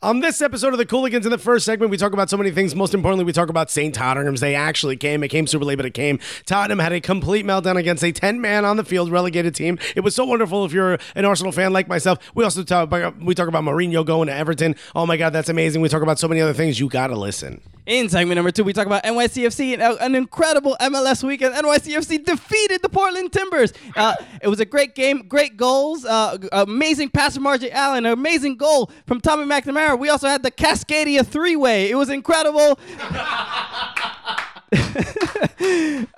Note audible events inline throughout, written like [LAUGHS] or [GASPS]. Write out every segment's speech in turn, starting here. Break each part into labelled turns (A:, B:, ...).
A: On this episode of the Cooligans, in the first segment, we talk about so many things. Most importantly, we talk about St. Tottenham's. They actually came. It came super late, but it came. Tottenham had a complete meltdown against a 10 man on the field relegated team. It was so wonderful if you're an Arsenal fan like myself. We also talk about, we talk about Mourinho going to Everton. Oh my God, that's amazing. We talk about so many other things. You got to listen.
B: In segment number two, we talk about NYCFC and uh, an incredible MLS weekend. NYCFC defeated the Portland Timbers. Uh, [LAUGHS] it was a great game, great goals, uh, g- amazing pass from RJ Allen, an amazing goal from Tommy McNamara. We also had the Cascadia three way. It was incredible. [LAUGHS]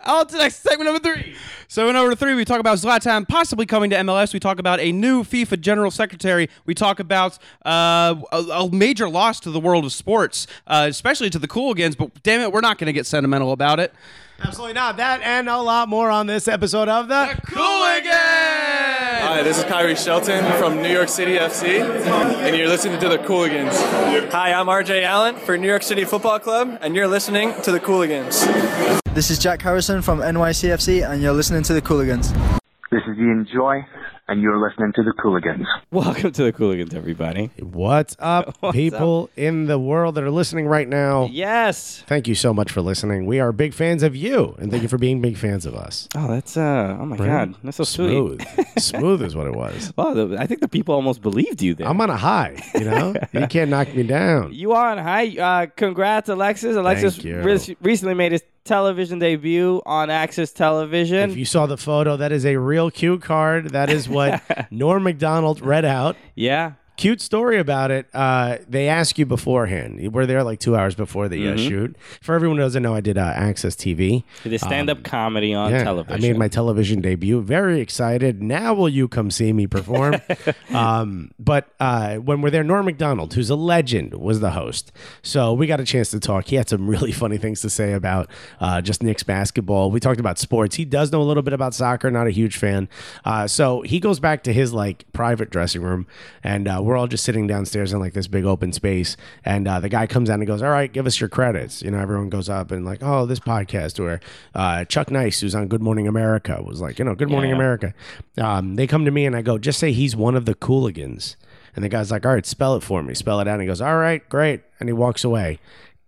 B: On to next segment number three.
C: So in over three, we talk about Zlatan possibly coming to MLS. We talk about a new FIFA general secretary. We talk about uh, a, a major loss to the world of sports, uh, especially to the Cooligans. But damn it, we're not going to get sentimental about it.
A: Absolutely not. That and a lot more on this episode of the,
C: Cooligans.
D: Hi, this is Kyrie Shelton from New York City FC, and you're listening to the Cooligans. Hi, I'm RJ Allen for New York City Football Club, and you're listening to the Cooligans.
E: This is Jack Harrison from NYCFC, and you're listening to the Cooligans.
F: This is Ian Joy, and you're listening to the Cooligans.
G: Welcome to the Cooligans, everybody.
A: [LAUGHS] What's up, people in the world that are listening right now?
G: Yes.
A: Thank you so much for listening. We are big fans of you, and thank you for being big fans of us.
G: Oh, that's uh. Oh my God, that's so
A: smooth.
G: sweet.
A: smooth is what it was.
G: Well, the, I think the people almost believed you there.
A: I'm on a high, you know?
G: [LAUGHS]
A: you can't knock me down.
G: you are on high. Uh, congrats, Alexis. Alexis
A: you.
G: re- recently made his television debut on Access Television.
A: If you saw the photo, that is a real cue card. That is
G: [LAUGHS]
A: what Norm MacDonald read out.
G: yeah.
A: Cute story about it. Uh, they ask you beforehand. We're there like two hours before the
G: Mm-hmm.
A: uh, shoot. For everyone who doesn't know, I did uh, Access TV.
G: The stand-up comedy on
A: Um, Yeah,
G: television.
A: I made my television debut. Very excited. Now will you come see me
G: [LAUGHS]
A: perform? um, but uh, when we're there, Norm Macdonald, who's a legend, was the host. So we got a chance to talk. He had some [LAUGHS] really funny things to say about uh, just Knicks basketball. We talked about sports. He does know a little bit about soccer. Not a huge fan. Uh, so he goes back to his like private dressing room, and uh, we're all just sitting downstairs in like this big open space. And uh, the guy comes out and goes, "All right, give us your credits." You know, everyone goes up and like, "Oh, this podcast." Or uh, Chuck Nice, who's on Good Morning America, was like, "You know, Good Morning America." Um, they come to me and I go, "Just say he's one of the Cooligans." And the guy's like, "All right, spell it for me. Spell it out." And he goes, "All right, great." And he walks away.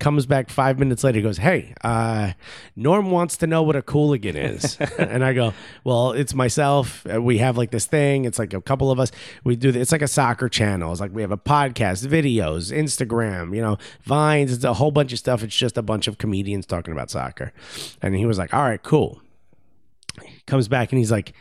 A: Comes back five minutes later. He goes, "Hey, uh, Norm wants to know what a cooligan is," and I go, "Well, it's myself. Uh, We have like this thing. It's like a couple of us. We do. It's like a soccer channel. It's like we have a podcast, videos, Instagram, you know, Vines. It's a whole bunch of stuff. It's just a bunch of comedians talking about soccer." And he was like, "All right, cool." Comes back and he's like,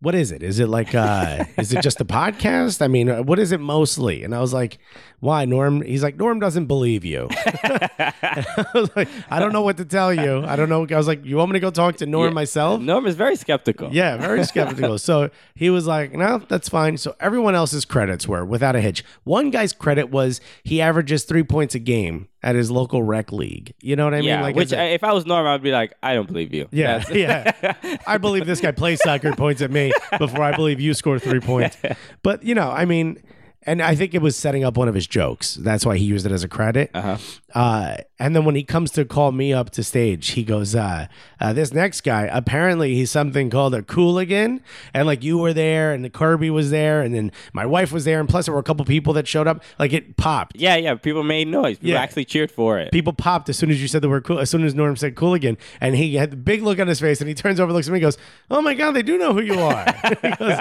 A: what is it? Is it like uh is it just a podcast? I mean, uh, what is it mostly? And I was like, why Norm? He's like, Norm doesn't believe you. [LAUGHS] I was like, I don't know what to tell you. I don't know. I was like, you want me to go talk to Norm myself?
G: Norm is very skeptical.
A: Yeah, very skeptical. so he was like, no, that's fine. So everyone else's credits were without a hitch. One guy's credit was he averages three points a game at his local rec league. You know what I mean?
G: yeah. which
A: as a-
G: I, if I was Norm, I'd be like, I don't believe you.
A: yeah,
G: That's-
A: [LAUGHS] yeah. I believe this guy plays soccer points at me before I believe you score three points. [LAUGHS] But you know, I mean, and I think it was setting up one of his jokes. That's why he used it as a credit. Uh-huh. and then when he comes to call me up to stage, he goes, uh, uh, "This next guy, apparently he's something called a cooligan." And like you were there, and Kirby was there, and then my wife was there, and plus there were a couple people that showed up. Like it popped.
G: yeah, yeah. People made noise. People
A: Yeah.
G: actually cheered for it.
A: People popped as soon as you said the word cool. As soon as Norm said cool again, and he had the big look on his face, and he turns over, looks at me, and goes, "Oh my god, they do know who you are." [LAUGHS] he goes,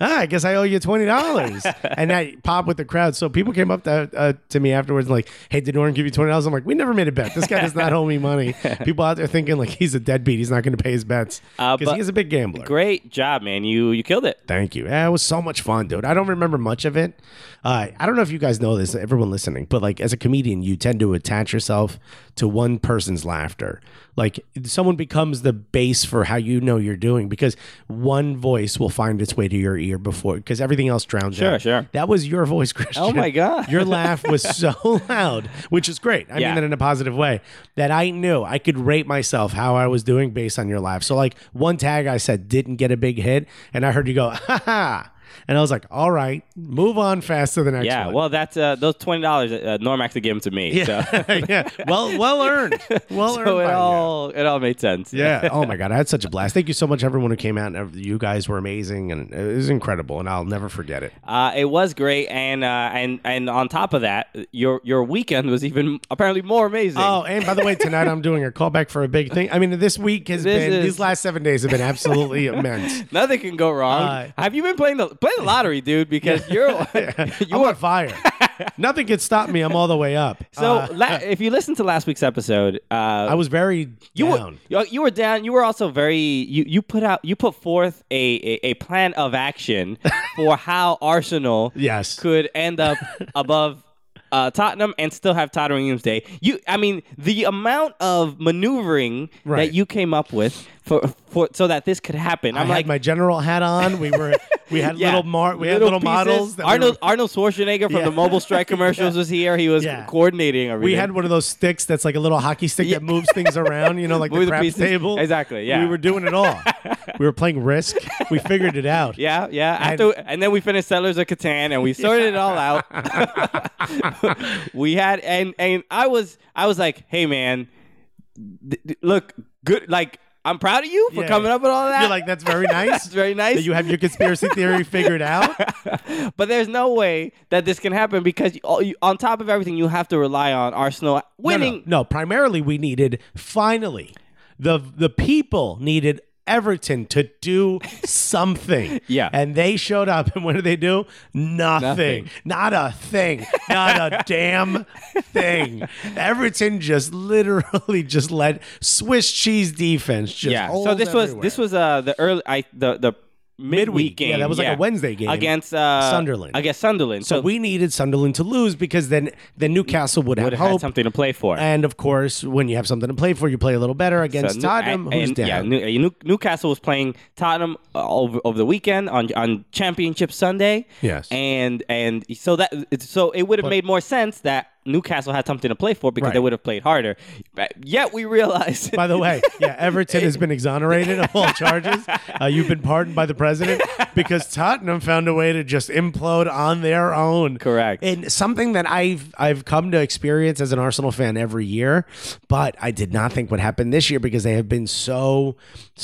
A: ah, "I guess I owe you twenty dollars." and that pop with the crowd. So people came up to, uh, to me afterwards and like, "Hey, did Norm give you twenty dollars?" I'm like, "We never made a bet. This guy does not owe me
G: [LAUGHS]
A: money." People out there thinking like he's a deadbeat. He's not going to pay his bets
G: Uh,
A: because
G: but-
A: he is a big gambler.
G: Great job, man. You you killed it.
A: Thank you. Yeah, it was so much fun, dude. I don't remember much of it. Uh, I don't know if you guys know this, everyone listening, but like as a comedian, you tend to attach yourself to one person's laughter. Like someone becomes the base for how you know you're doing because one voice will find its way to your ear before because everything else drowns
G: Sure,
A: out.
G: sure.
A: That was your voice, [LAUGHS] Christian.
G: Oh my God.
A: your laugh was
G: [LAUGHS]
A: so loud, which is great. I
G: Yeah.
A: mean that in a positive way. That I knew I could rate myself how I was doing based on your laugh. So like one tag I said didn't get a big hit, and I heard you go, ha ha. And I was like, all right, move on fast to the next
G: Yeah,
A: one. [LAUGHS]
G: well, that's uh, those twenty dollars. Uh, Norm actually gave them to me. [LAUGHS] So,
A: yeah. Well, well earned. Well earned.
G: so it
A: by you.
G: all it all made sense.
A: Yeah. Oh my God, I had such a blast. Thank you so much, everyone who came out. and ev- You guys were amazing, and it was incredible, and I'll never forget it.
G: Uh, it was great, and uh, and and on top of that, your your weekend was even apparently more amazing.
A: Oh, and by the way, tonight I'm doing a callback for a big thing. I mean, this week has
G: This
A: been
G: is-
A: these last seven days have been
G: [LAUGHS]
A: absolutely immense.
G: Nothing can go wrong.
A: Uh,
G: Have you been playing the play the lottery,
A: [LAUGHS]
G: dude? Because you're [LAUGHS]
A: You
G: you
A: I'm on
G: are
A: fire. Nothing can stop me. I'm all the way up.
G: so.
A: Uh,
G: la- if you listen to last week's episode, uh,
A: I was very
G: you were,
A: down.
G: you- you were down. You were also very you, you put out you put forth a, a, a plan
A: [LAUGHS]
G: of action for how Arsenal
A: Yes.
G: could
A: [LAUGHS]
G: end up above uh, Tottenham and still have Tottenham's day. You I mean the amount of maneuvering
A: Right.
G: that you came up with for, for so that this could happen.
A: I
G: I'm
A: had
G: like
A: my general hat on. We were we had
G: [LAUGHS] yeah.
A: little mar- we had little
G: pieces.
A: models. That we
G: Arnold
A: were-
G: Arnold Schwarzenegger
A: [LAUGHS]
G: from
A: Yeah.
G: the Mobile Strike commercials was here. He was
A: Yeah.
G: coordinating everything.
A: we had one of those sticks that's like a little hockey stick that moves things around, you know,
G: [LAUGHS]
A: like the
G: Move the
A: craps
G: pieces.
A: table.
G: Exactly, yeah.
A: We were doing it all. we were playing Risk. We figured it out.
G: [LAUGHS] yeah, yeah.
A: And-
G: After, and then we finished Settlers of Catan, and we sorted it all
A: [LAUGHS]
G: out. we had, and and I was, I was like, hey man, d- d- look, good. Like, I'm proud of you for
A: Yeah.
G: coming up with all that.
A: You're like, that's very nice.
G: [LAUGHS] That's very nice.
A: That you have your conspiracy theory figured out.
G: but there's no way that this can happen because you, all- you, on top of everything, you have to rely on Arsenal
A: No,
G: winning.
A: No, no, primarily we needed finally the the people needed Everton to do something.
G: [LAUGHS] Yeah.
A: And they showed up and what did they do? Nothing. Not a thing. Not
G: [LAUGHS]
A: a damn thing. Everton just literally just let Swiss cheese defense just
G: yeah. So
A: holes
G: this
A: everywhere.
G: was this was uh the early I the the midweek,
A: Midweek, yeah,
G: game.
A: that was like a Wednesday game
G: against uh,
A: Sunderland.
G: Against Sunderland.
A: so
G: So,
A: we needed Sunderland to lose because then then Newcastle would have
G: would have had
A: hope.
G: something to play for.
A: and of course, when you have something to play for, you play a little better
G: So
A: against
G: New-
A: Tottenham,
G: and-
A: who's
G: and,
A: down.
G: Yeah, New- New- Newcastle was playing Tottenham uh, over, over the weekend on on Championship Sunday.
A: Yes.
G: and and so that so it would have made more sense that Newcastle had something to play for because
A: Right.
G: they would have played harder. But yet we realized
A: By the way, yeah, Everton has been exonerated of all charges. Uh, you've been pardoned by the president because Tottenham found a way to just implode on their own.
G: Correct.
A: And something that I've I've come to experience as an Arsenal fan every year, but I did not think would happen this year because they have been so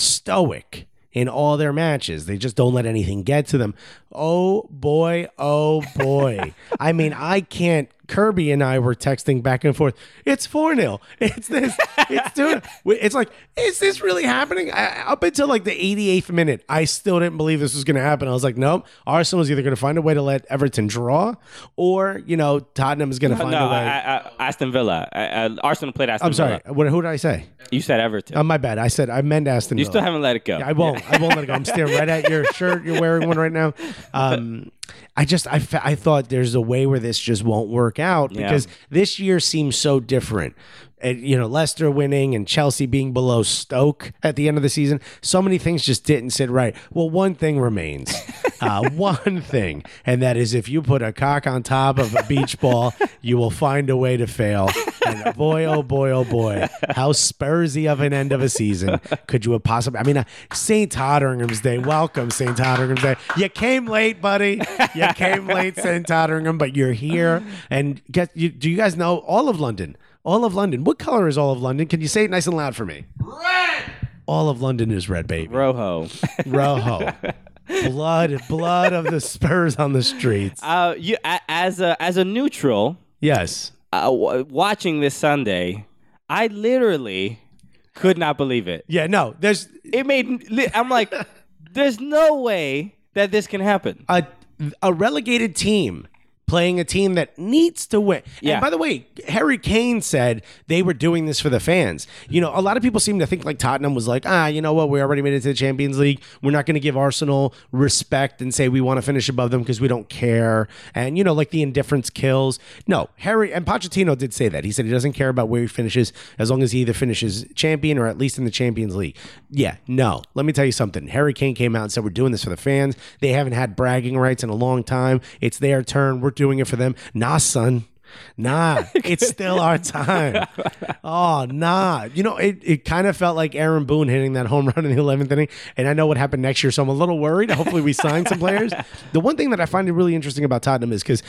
A: stoic in all their matches. They just don't let anything get to them. Oh boy, oh boy. I mean, I can't. Kirby and I were texting back and forth. It's 4 0. [LAUGHS] It's this. It's 2 It's like, is this really happening? I, up until like the 88th minute, I still didn't believe this was going to happen. I was like, nope. Arsenal is either going to find a way to let Everton draw or, you know, Tottenham is going to find
G: [LAUGHS] no
A: a way.
G: I, I, Aston Villa. I, I, Arsenal played Aston.
A: I'm sorry.
G: Villa.
A: What, who did I say?
G: You said Everton.
A: Oh, my bad. I said I meant Aston.
G: you
A: Villa.
G: still haven't let it go.
A: I won't. I won't let it go. I'm staring right at your shirt. You're wearing one right now. Um, I just, I, fe- I thought there's a way where this just won't work out because this year seems so different. And, you know, Leicester winning and Chelsea being below Stoke at the end of the season. So many things just didn't sit right. Well, one thing remains. Uh, one thing, and that is if you put a cock on top of a beach ball, you will find a way to fail. And boy, oh boy, oh boy, how Spursy of an end of a season could you have possibly? I mean, uh, St. Totteringham's Day. Welcome, St. Totteringham's Day. You came late, buddy. You came late, St. Totteringham, but you're here. And get, you, do you guys know all of London? All of London. What color is all of London? Can you say it nice and loud for me? Red. All of London is red, baby.
G: Rojo. [LAUGHS]
A: Rojo. blood, blood of the Spurs on the streets.
G: uh, you a, as a as a neutral
A: yes.
G: uh, w- watching this Sunday, I literally could not believe it.
A: Yeah, no, there's
G: It made li-
A: [LAUGHS]
G: I'm like, there's no way that this can happen.
A: a a relegated team playing a team that needs to win.
G: Yeah.
A: And by the way, Harry Kane said they were doing this for the fans. You know, a lot of people seem to think like Tottenham was like, ah, you know what, we already made it to the Champions League. We're not going to give Arsenal respect and say we want to finish above them because we don't care. And you know, like the indifference kills. No, Harry and Pochettino did say that. He said he doesn't care about where he finishes as long as he either finishes champion or at least in the Champions League. Yeah, no. Let me tell you something. Harry Kane came out and said, We're doing this for the fans. They haven't had bragging rights in a long time. It's their turn. We're doing it for them. Nah, son. Nah, it's still our time. Oh, nah. You know, it, it kind of felt like Aaron Boone hitting that home run in the 11th inning. And I know what happened next year, so I'm a little worried. Hopefully, we sign some players. The one thing that I find really interesting about Tottenham is because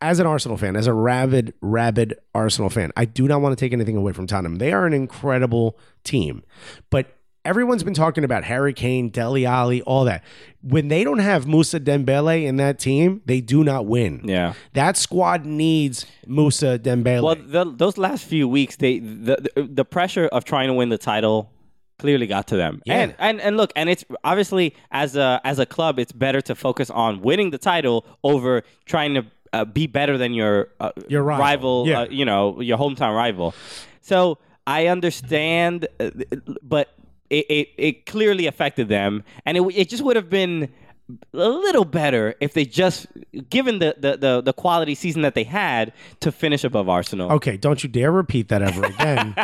A: as an Arsenal fan, as a rabid, rabid Arsenal fan, I do not want to take anything away from Tottenham. They are an incredible team. But everyone's been talking about Harry Kane, Deli Ali, all that. When they don't have Musa Dembele in that team, they do not win.
G: Yeah.
A: That squad needs Musa Dembele.
G: Well, the, those last few weeks, they the, the the pressure of trying to win the title clearly got to them.
A: Yeah.
G: And and and look, and it's obviously as a as a club, it's better to focus on winning the title over trying to uh, be better than your uh,
A: Your rival. Yeah.
G: uh, you know, your hometown rival. So I understand, uh, but it, it it clearly affected them, and it it just would have been. A little better if they just given the, the, the, the quality season that they had to finish above Arsenal.
A: Okay, don't you dare repeat that ever
G: [LAUGHS]
A: again.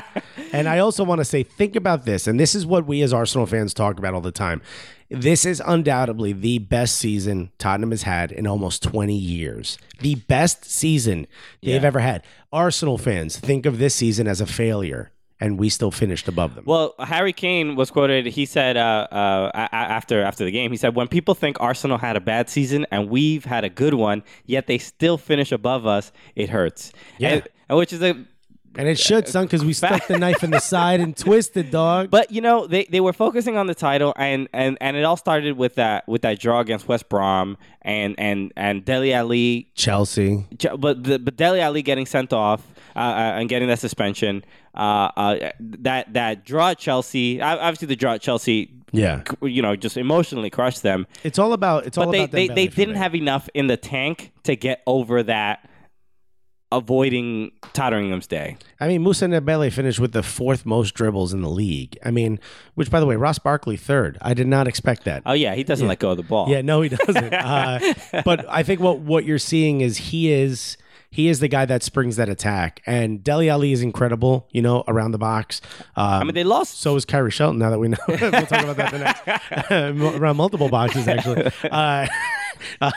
A: and I also want to say, think about this, and this is what we as Arsenal fans talk about all the time. This is undoubtedly the best season Tottenham has had in almost 20 years. The best season they've ever had. Arsenal fans think of this season as a failure, and we still finished above them.
G: Well, Harry Kane was quoted. He said uh, uh, a- a- after after the game, he said, "When people think Arsenal had a bad season and we've had a good one, yet they still finish above us, it hurts."
A: Yeah.
G: and, and which is a
A: and it should, son, because we stuck the knife in the side and twisted, dog.
G: [LAUGHS] but you know they, they were focusing on the title and, and, and it all started with that with that draw against West Brom and and and Deli Ali,
A: Chelsea.
G: Ch- but the, but Deli Ali getting sent off uh, uh, and getting that suspension, uh, uh, that that draw at Chelsea, ob- obviously the draw at Chelsea.
A: Yeah.
G: You know, just emotionally crushed them.
A: It's all about it's all
G: but they,
A: about
G: they,
A: Dembele
G: they
A: for
G: didn't
A: me.
G: have enough in the tank to get over that avoiding Totteringham's day.
A: I mean, Musa Nabele finished with the fourth most dribbles in the league. I mean, which, by the way, Ross Barkley third. I did not expect that.
G: Oh yeah, he doesn't let go of the ball.
A: Yeah, no, he doesn't. uh, but I think what what you're seeing is he is he is the guy that springs that attack, and Deli Ali is incredible. You know, around the box. Um,
G: I mean they lost
A: so is Kyrie Shelton. Now that we know, [LAUGHS] we'll talk about that the next uh, around multiple boxes actually. Uh,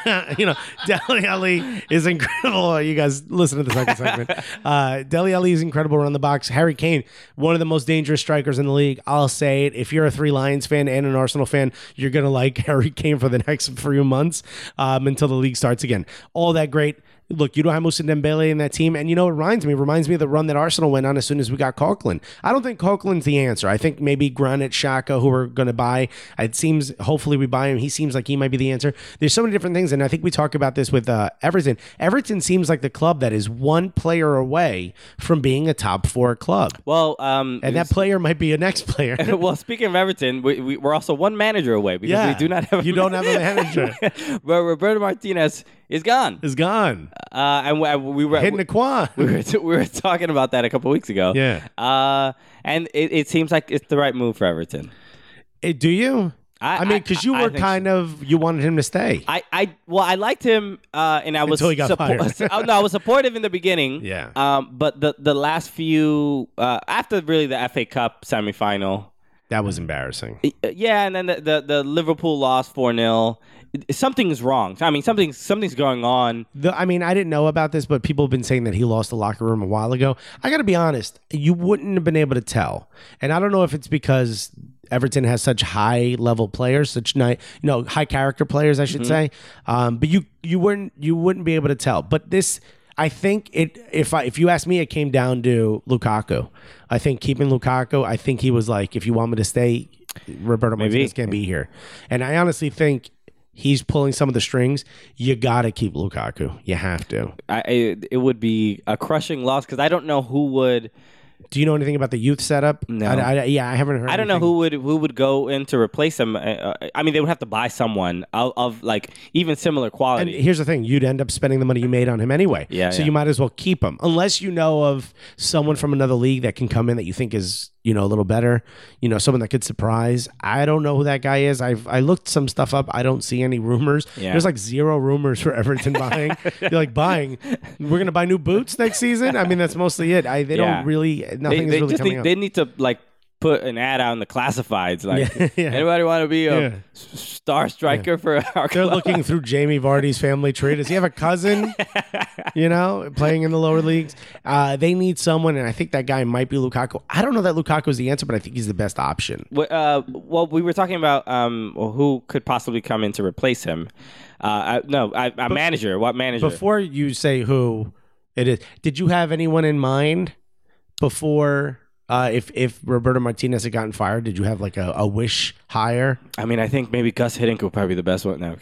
A: [LAUGHS] you know, Deli Ali is incredible. Oh, You guys listen to the second segment. Uh, Deli Ali is incredible around the box. Harry Kane, one of the most dangerous strikers in the league. I'll say it. If you're a three Lions fan and an Arsenal fan, you're gonna like [LAUGHS] Harry Kane for the next few months um, until the league starts again. All that great. Look, you don't have Moussa Dembele in that team, and you know it reminds me reminds me of the run that Arsenal went on as soon as we got Coughlin. I don't think Coughlin's the answer. I think maybe Granit Xhaka, who we're going to buy, it seems hopefully we buy him. He seems like he might be the answer. There's so many different things, and I think we talk about this with uh, Everton. Everton seems like the club that is one player away from being a top four club,
G: well um
A: and that player might be a next player.
G: well, speaking of Everton, we, we, we're also one manager away because [LAUGHS] we do not have.
A: you don't have a manager.
G: [LAUGHS] but Roberto Martinez is gone,
A: It's
G: [LAUGHS]
A: gone.
G: uh, and we, we were
A: Hitting a quan. [LAUGHS]
G: we were, we were talking about that a couple weeks ago.
A: Yeah.
G: uh, and it, it seems like it's the right move for Everton.
A: Eh, do you?
G: I-
A: I, mean,
G: I-
A: because you
G: I
A: were
G: think
A: kind of you wanted him to stay.
G: I, I well, I liked him, uh, and I was
A: Until he got fired.
G: [LAUGHS] oh, no, I was supportive in the beginning.
A: Yeah.
G: Um, but the the last few uh, after really the FA Cup semifinal,
A: that was embarrassing.
G: uh, yeah, and then the the, the Liverpool loss four 0 Something's wrong. I mean, something's something's going on.
A: The, I mean, I didn't know about this, but people have been saying that he lost the locker room a while ago. I got to be honest, you wouldn't have been able to tell. And I don't know if it's because Everton has such high level players, such night, you know, high character players, I should say. Um, but you you wouldn't you wouldn't be able to tell. But this, I think it. If I if you ask me, it came down to Lukaku. I think keeping Lukaku. I think he was like, if you want me to stay, Roberto Martinez can't be here. And I honestly think he's pulling some of the strings. You got to keep Lukaku. You have to.
G: I, it, it would be a crushing loss because I don't know who would.
A: Do you know anything about the youth setup?
G: No.
A: I, I- yeah, I haven't heard.
G: I don't know
A: anything.
G: who would who would go in to replace him. Uh, uh, I mean, they would have to buy someone of, of like even similar
A: And
G: quality.
A: here's the thing: you'd end up spending the money you made on him anyway.
G: Yeah,
A: So
G: yeah.
A: you might as well keep him, unless you know of someone from another league that can come in that you think is you know a little better. You know, someone that could surprise. I don't know who that guy is. I've I looked some stuff up. I don't see any rumors.
G: Yeah.
A: There's like zero rumors for Everton buying.
G: [LAUGHS]
A: You're like buying. We're gonna buy new boots next season. I mean, that's mostly it. I they
G: Yeah.
A: don't really nothing
G: they
A: is really
G: just
A: coming
G: need,
A: up.
G: they need to like put an ad out in the classifieds like
A: [LAUGHS] Yeah, yeah.
G: anybody want to be a
A: Yeah.
G: s- star striker for our
A: They're
G: club?
A: looking through Jamie Vardy's family tree. Does he have a cousin, you know, playing in the lower leagues? Uh, they need someone, and I think that guy might be Lukaku. I don't know that Lukaku is the answer, but I think he's the best option.
G: Wh- uh, well, we were talking about um, who could possibly come in to replace him. Uh, I, no, I, a manager. What manager?
A: Before you say who it is, did you have anyone in mind before? Uh, if if Roberto Martinez had gotten fired, did you have like a, a wish hire?
G: I mean, I think maybe Gus Hiddink would probably be the best one. No,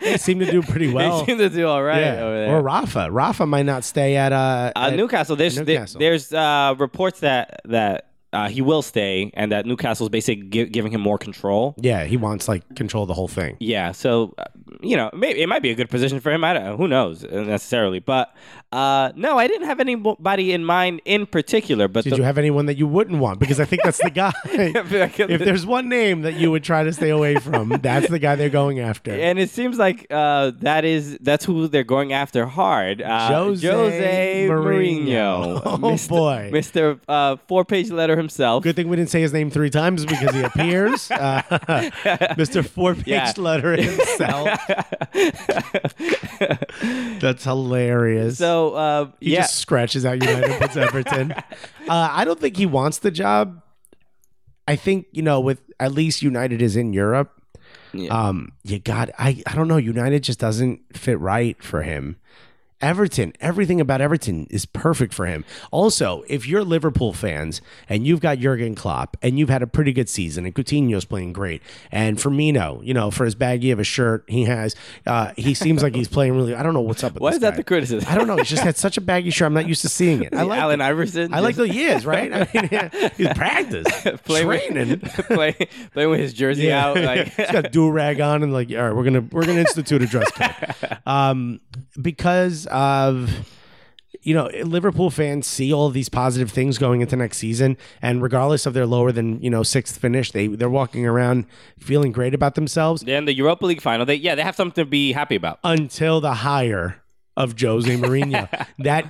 A: They seem to do pretty well.
G: [LAUGHS] they seem to do all right
A: yeah.
G: over there.
A: Or Rafa. Rafa might not stay at uh,
G: uh,
A: at-
G: Newcastle. There's there-
A: Newcastle.
G: there's uh, reports that that uh, he will stay, and that Newcastle's basically gi- giving him more control.
A: Yeah, he wants like control of the whole thing.
G: Yeah, so uh, you know, maybe it might be a good position for him. I don't know. Who knows uh, necessarily? But uh, no, I didn't have anybody in mind in particular. But
A: Did
G: the,
A: you have anyone that you wouldn't want? Because I think that's the guy. if there's one name that you would try to stay away from, that's the guy they're going after.
G: [LAUGHS] and it seems like uh, that is that's who they're going after hard. Uh,
A: Jose Mourinho.
G: Mourinho,
A: [LAUGHS] Oh,
G: Mr.
A: boy.
G: Mr. Uh, four-page letter himself.
A: Good thing we didn't say his name three times because he appears. Uh, [LAUGHS] Mr. Four Page
G: Yeah.
A: Letter himself. That's hilarious.
G: So uh,
A: he
G: yeah,
A: just scratches out United and puts
G: [LAUGHS]
A: Everton. Uh, I don't think he wants the job. I think, you know, with at least United is in Europe.
G: Yeah.
A: Um, you got I, I don't know, United just doesn't fit right for him. Everton, everything about Everton is perfect for him. Also, if you're Liverpool fans and you've got Jurgen Klopp and you've had a pretty good season and Coutinho's playing great and Firmino, you know, for as baggy of a shirt he has, uh, he seems like
G: [LAUGHS]
A: he's playing really. I don't know what's up with
G: why
A: this
G: is that
A: guy.
G: the criticism?
A: I don't know. He's just had such a baggy shirt. I'm not used to seeing
G: [LAUGHS]
A: it. I like
G: Allen
A: it.
G: Iverson.
A: I like
G: just
A: the years, right? I mean, yeah, he's practiced,
G: [LAUGHS] playing
A: training.
G: With, play, playing with his jersey out. Like,
A: [LAUGHS] he's
G: [LAUGHS]
A: got a do rag on and like, all right, we're gonna we're gonna institute a dress
G: [LAUGHS]
A: code, um, because of. You know, Liverpool fans see all these positive things going into next season, and regardless of their lower than you know sixth finish, they they're walking around feeling great about themselves
G: Then the Europa League final. They yeah, they have something to be happy about.
A: until the hire of Jose Mourinho.
G: [LAUGHS]
A: that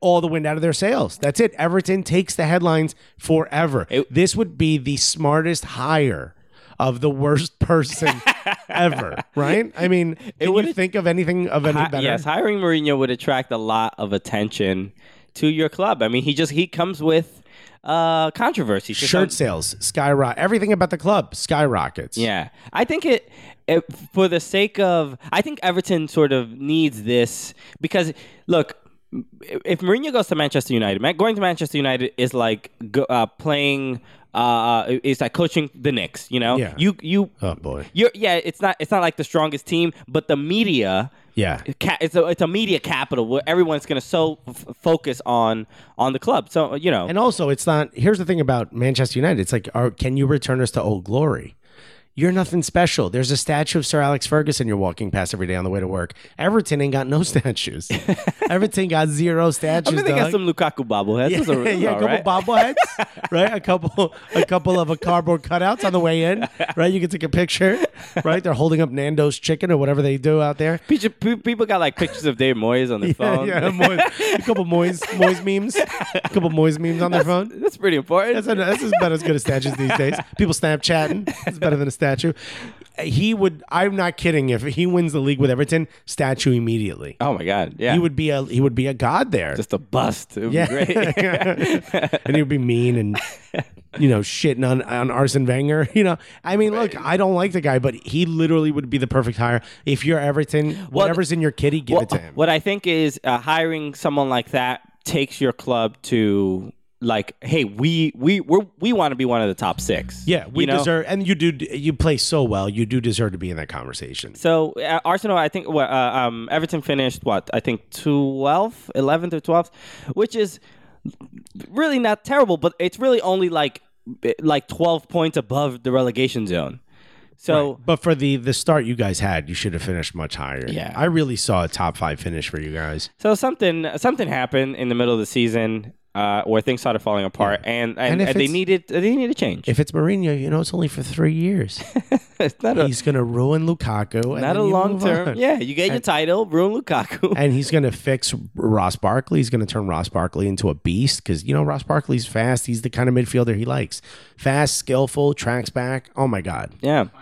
A: all the wind out of their sails. That's it. Everton takes the headlines forever.
G: It-
A: this would be the smartest hire of the worst
G: [LAUGHS]
A: person ever, right? I mean, can you
G: would've-
A: think of anything of any
G: Hi-
A: better?
G: yes, hiring Mourinho would attract a lot of attention to your club. I mean, he just he comes with uh controversy. Just
A: Shirt
G: on-
A: sales skyrocket. Everything about the club skyrockets.
G: Yeah, I think it, it for the sake of. I think Everton sort of needs this because look, if Mourinho goes to Manchester United, man, going to Manchester United is like go, uh, playing. Uh, it's like coaching the Knicks. You know,
A: Yeah.
G: you you.
A: Oh, boy.
G: You're, yeah, it's not it's not like the strongest team, but the media
A: Yeah.
G: ca- it's a it's a media capital where everyone's going to so f- focus on on the club. So you know,
A: And also, it's not. Here's the thing about Manchester United. It's like, are, can you return us to old glory? You're nothing special. There's a statue of Sir Alex Ferguson you're walking past every day on the way to work. Everton ain't got no
G: [LAUGHS]
A: statues. Everton got zero
G: I
A: statues.
G: mean, they got
A: dog.
G: some Lukaku bobbleheads.
A: yeah,
G: Those are- those
A: [LAUGHS] yeah, a
G: are
A: couple
G: alright.
A: bobbleheads, right? A couple, a couple of a cardboard cutouts on the way in, right? You can take a picture, right? They're holding up Nando's chicken or whatever they do out there.
G: Picture- pe- People got like pictures of Dave Moyes on
A: [LAUGHS]
G: their
A: Yeah,
G: phone.
A: yeah, Moyes, a couple Moyes, Moyes memes, a couple Moyes memes on their phone.
G: [LAUGHS] That's pretty important.
A: That's, that's about as good as statues these days. People Snapchatting. It's better than a statue. He would. I'm not kidding. If he wins the league with Everton, statue immediately.
G: oh my god! Yeah,
A: He would be a he would be a god there.
G: just a bust. It
A: [LAUGHS]
G: would
A: yeah,
G: be
A: [LAUGHS]
G: great. [LAUGHS]
A: and he would be mean and you know shitting on on Arsene Wenger. [LAUGHS] You know, I mean, look, I don't like the guy, but he literally would be the perfect hire. If you're Everton, whatever's in your kitty, give
G: Well,
A: it to him.
G: What I think is uh, hiring someone like that takes your club to like, hey, we we we're, we want to be one of the top six.
A: yeah, we
G: you know?
A: deserve, and you do. You play so well. You do deserve to be in that conversation.
G: So uh, Arsenal, I think well, uh, um, Everton finished what I think 12th, 11th or 12th, which is really not terrible, but it's really only like b- like 12 points above the relegation zone. So
A: But for the the start you guys had, you should have finished much higher.
G: Yeah.
A: I really saw a top five finish for you guys.
G: so something something happened in the middle of the season. uh, where things started falling apart, and and,
A: And if
G: and they
A: it's-
G: needed they needed a change.
A: If it's Mourinho, you know it's only for three years.
G: [LAUGHS] it's not a
A: [LAUGHS] he's gonna ruin Lukaku. and then
G: not a
A: you
G: long
A: move
G: term.
A: on.
G: Yeah, you get your title, ruin Lukaku.
A: and he's going to fix Ross Barkley. He's going to turn Ross Barkley into a beast because you know Ross Barkley's fast. He's the kind of midfielder he likes: fast, skillful, tracks back. Oh my god!
G: [LAUGHS] yeah.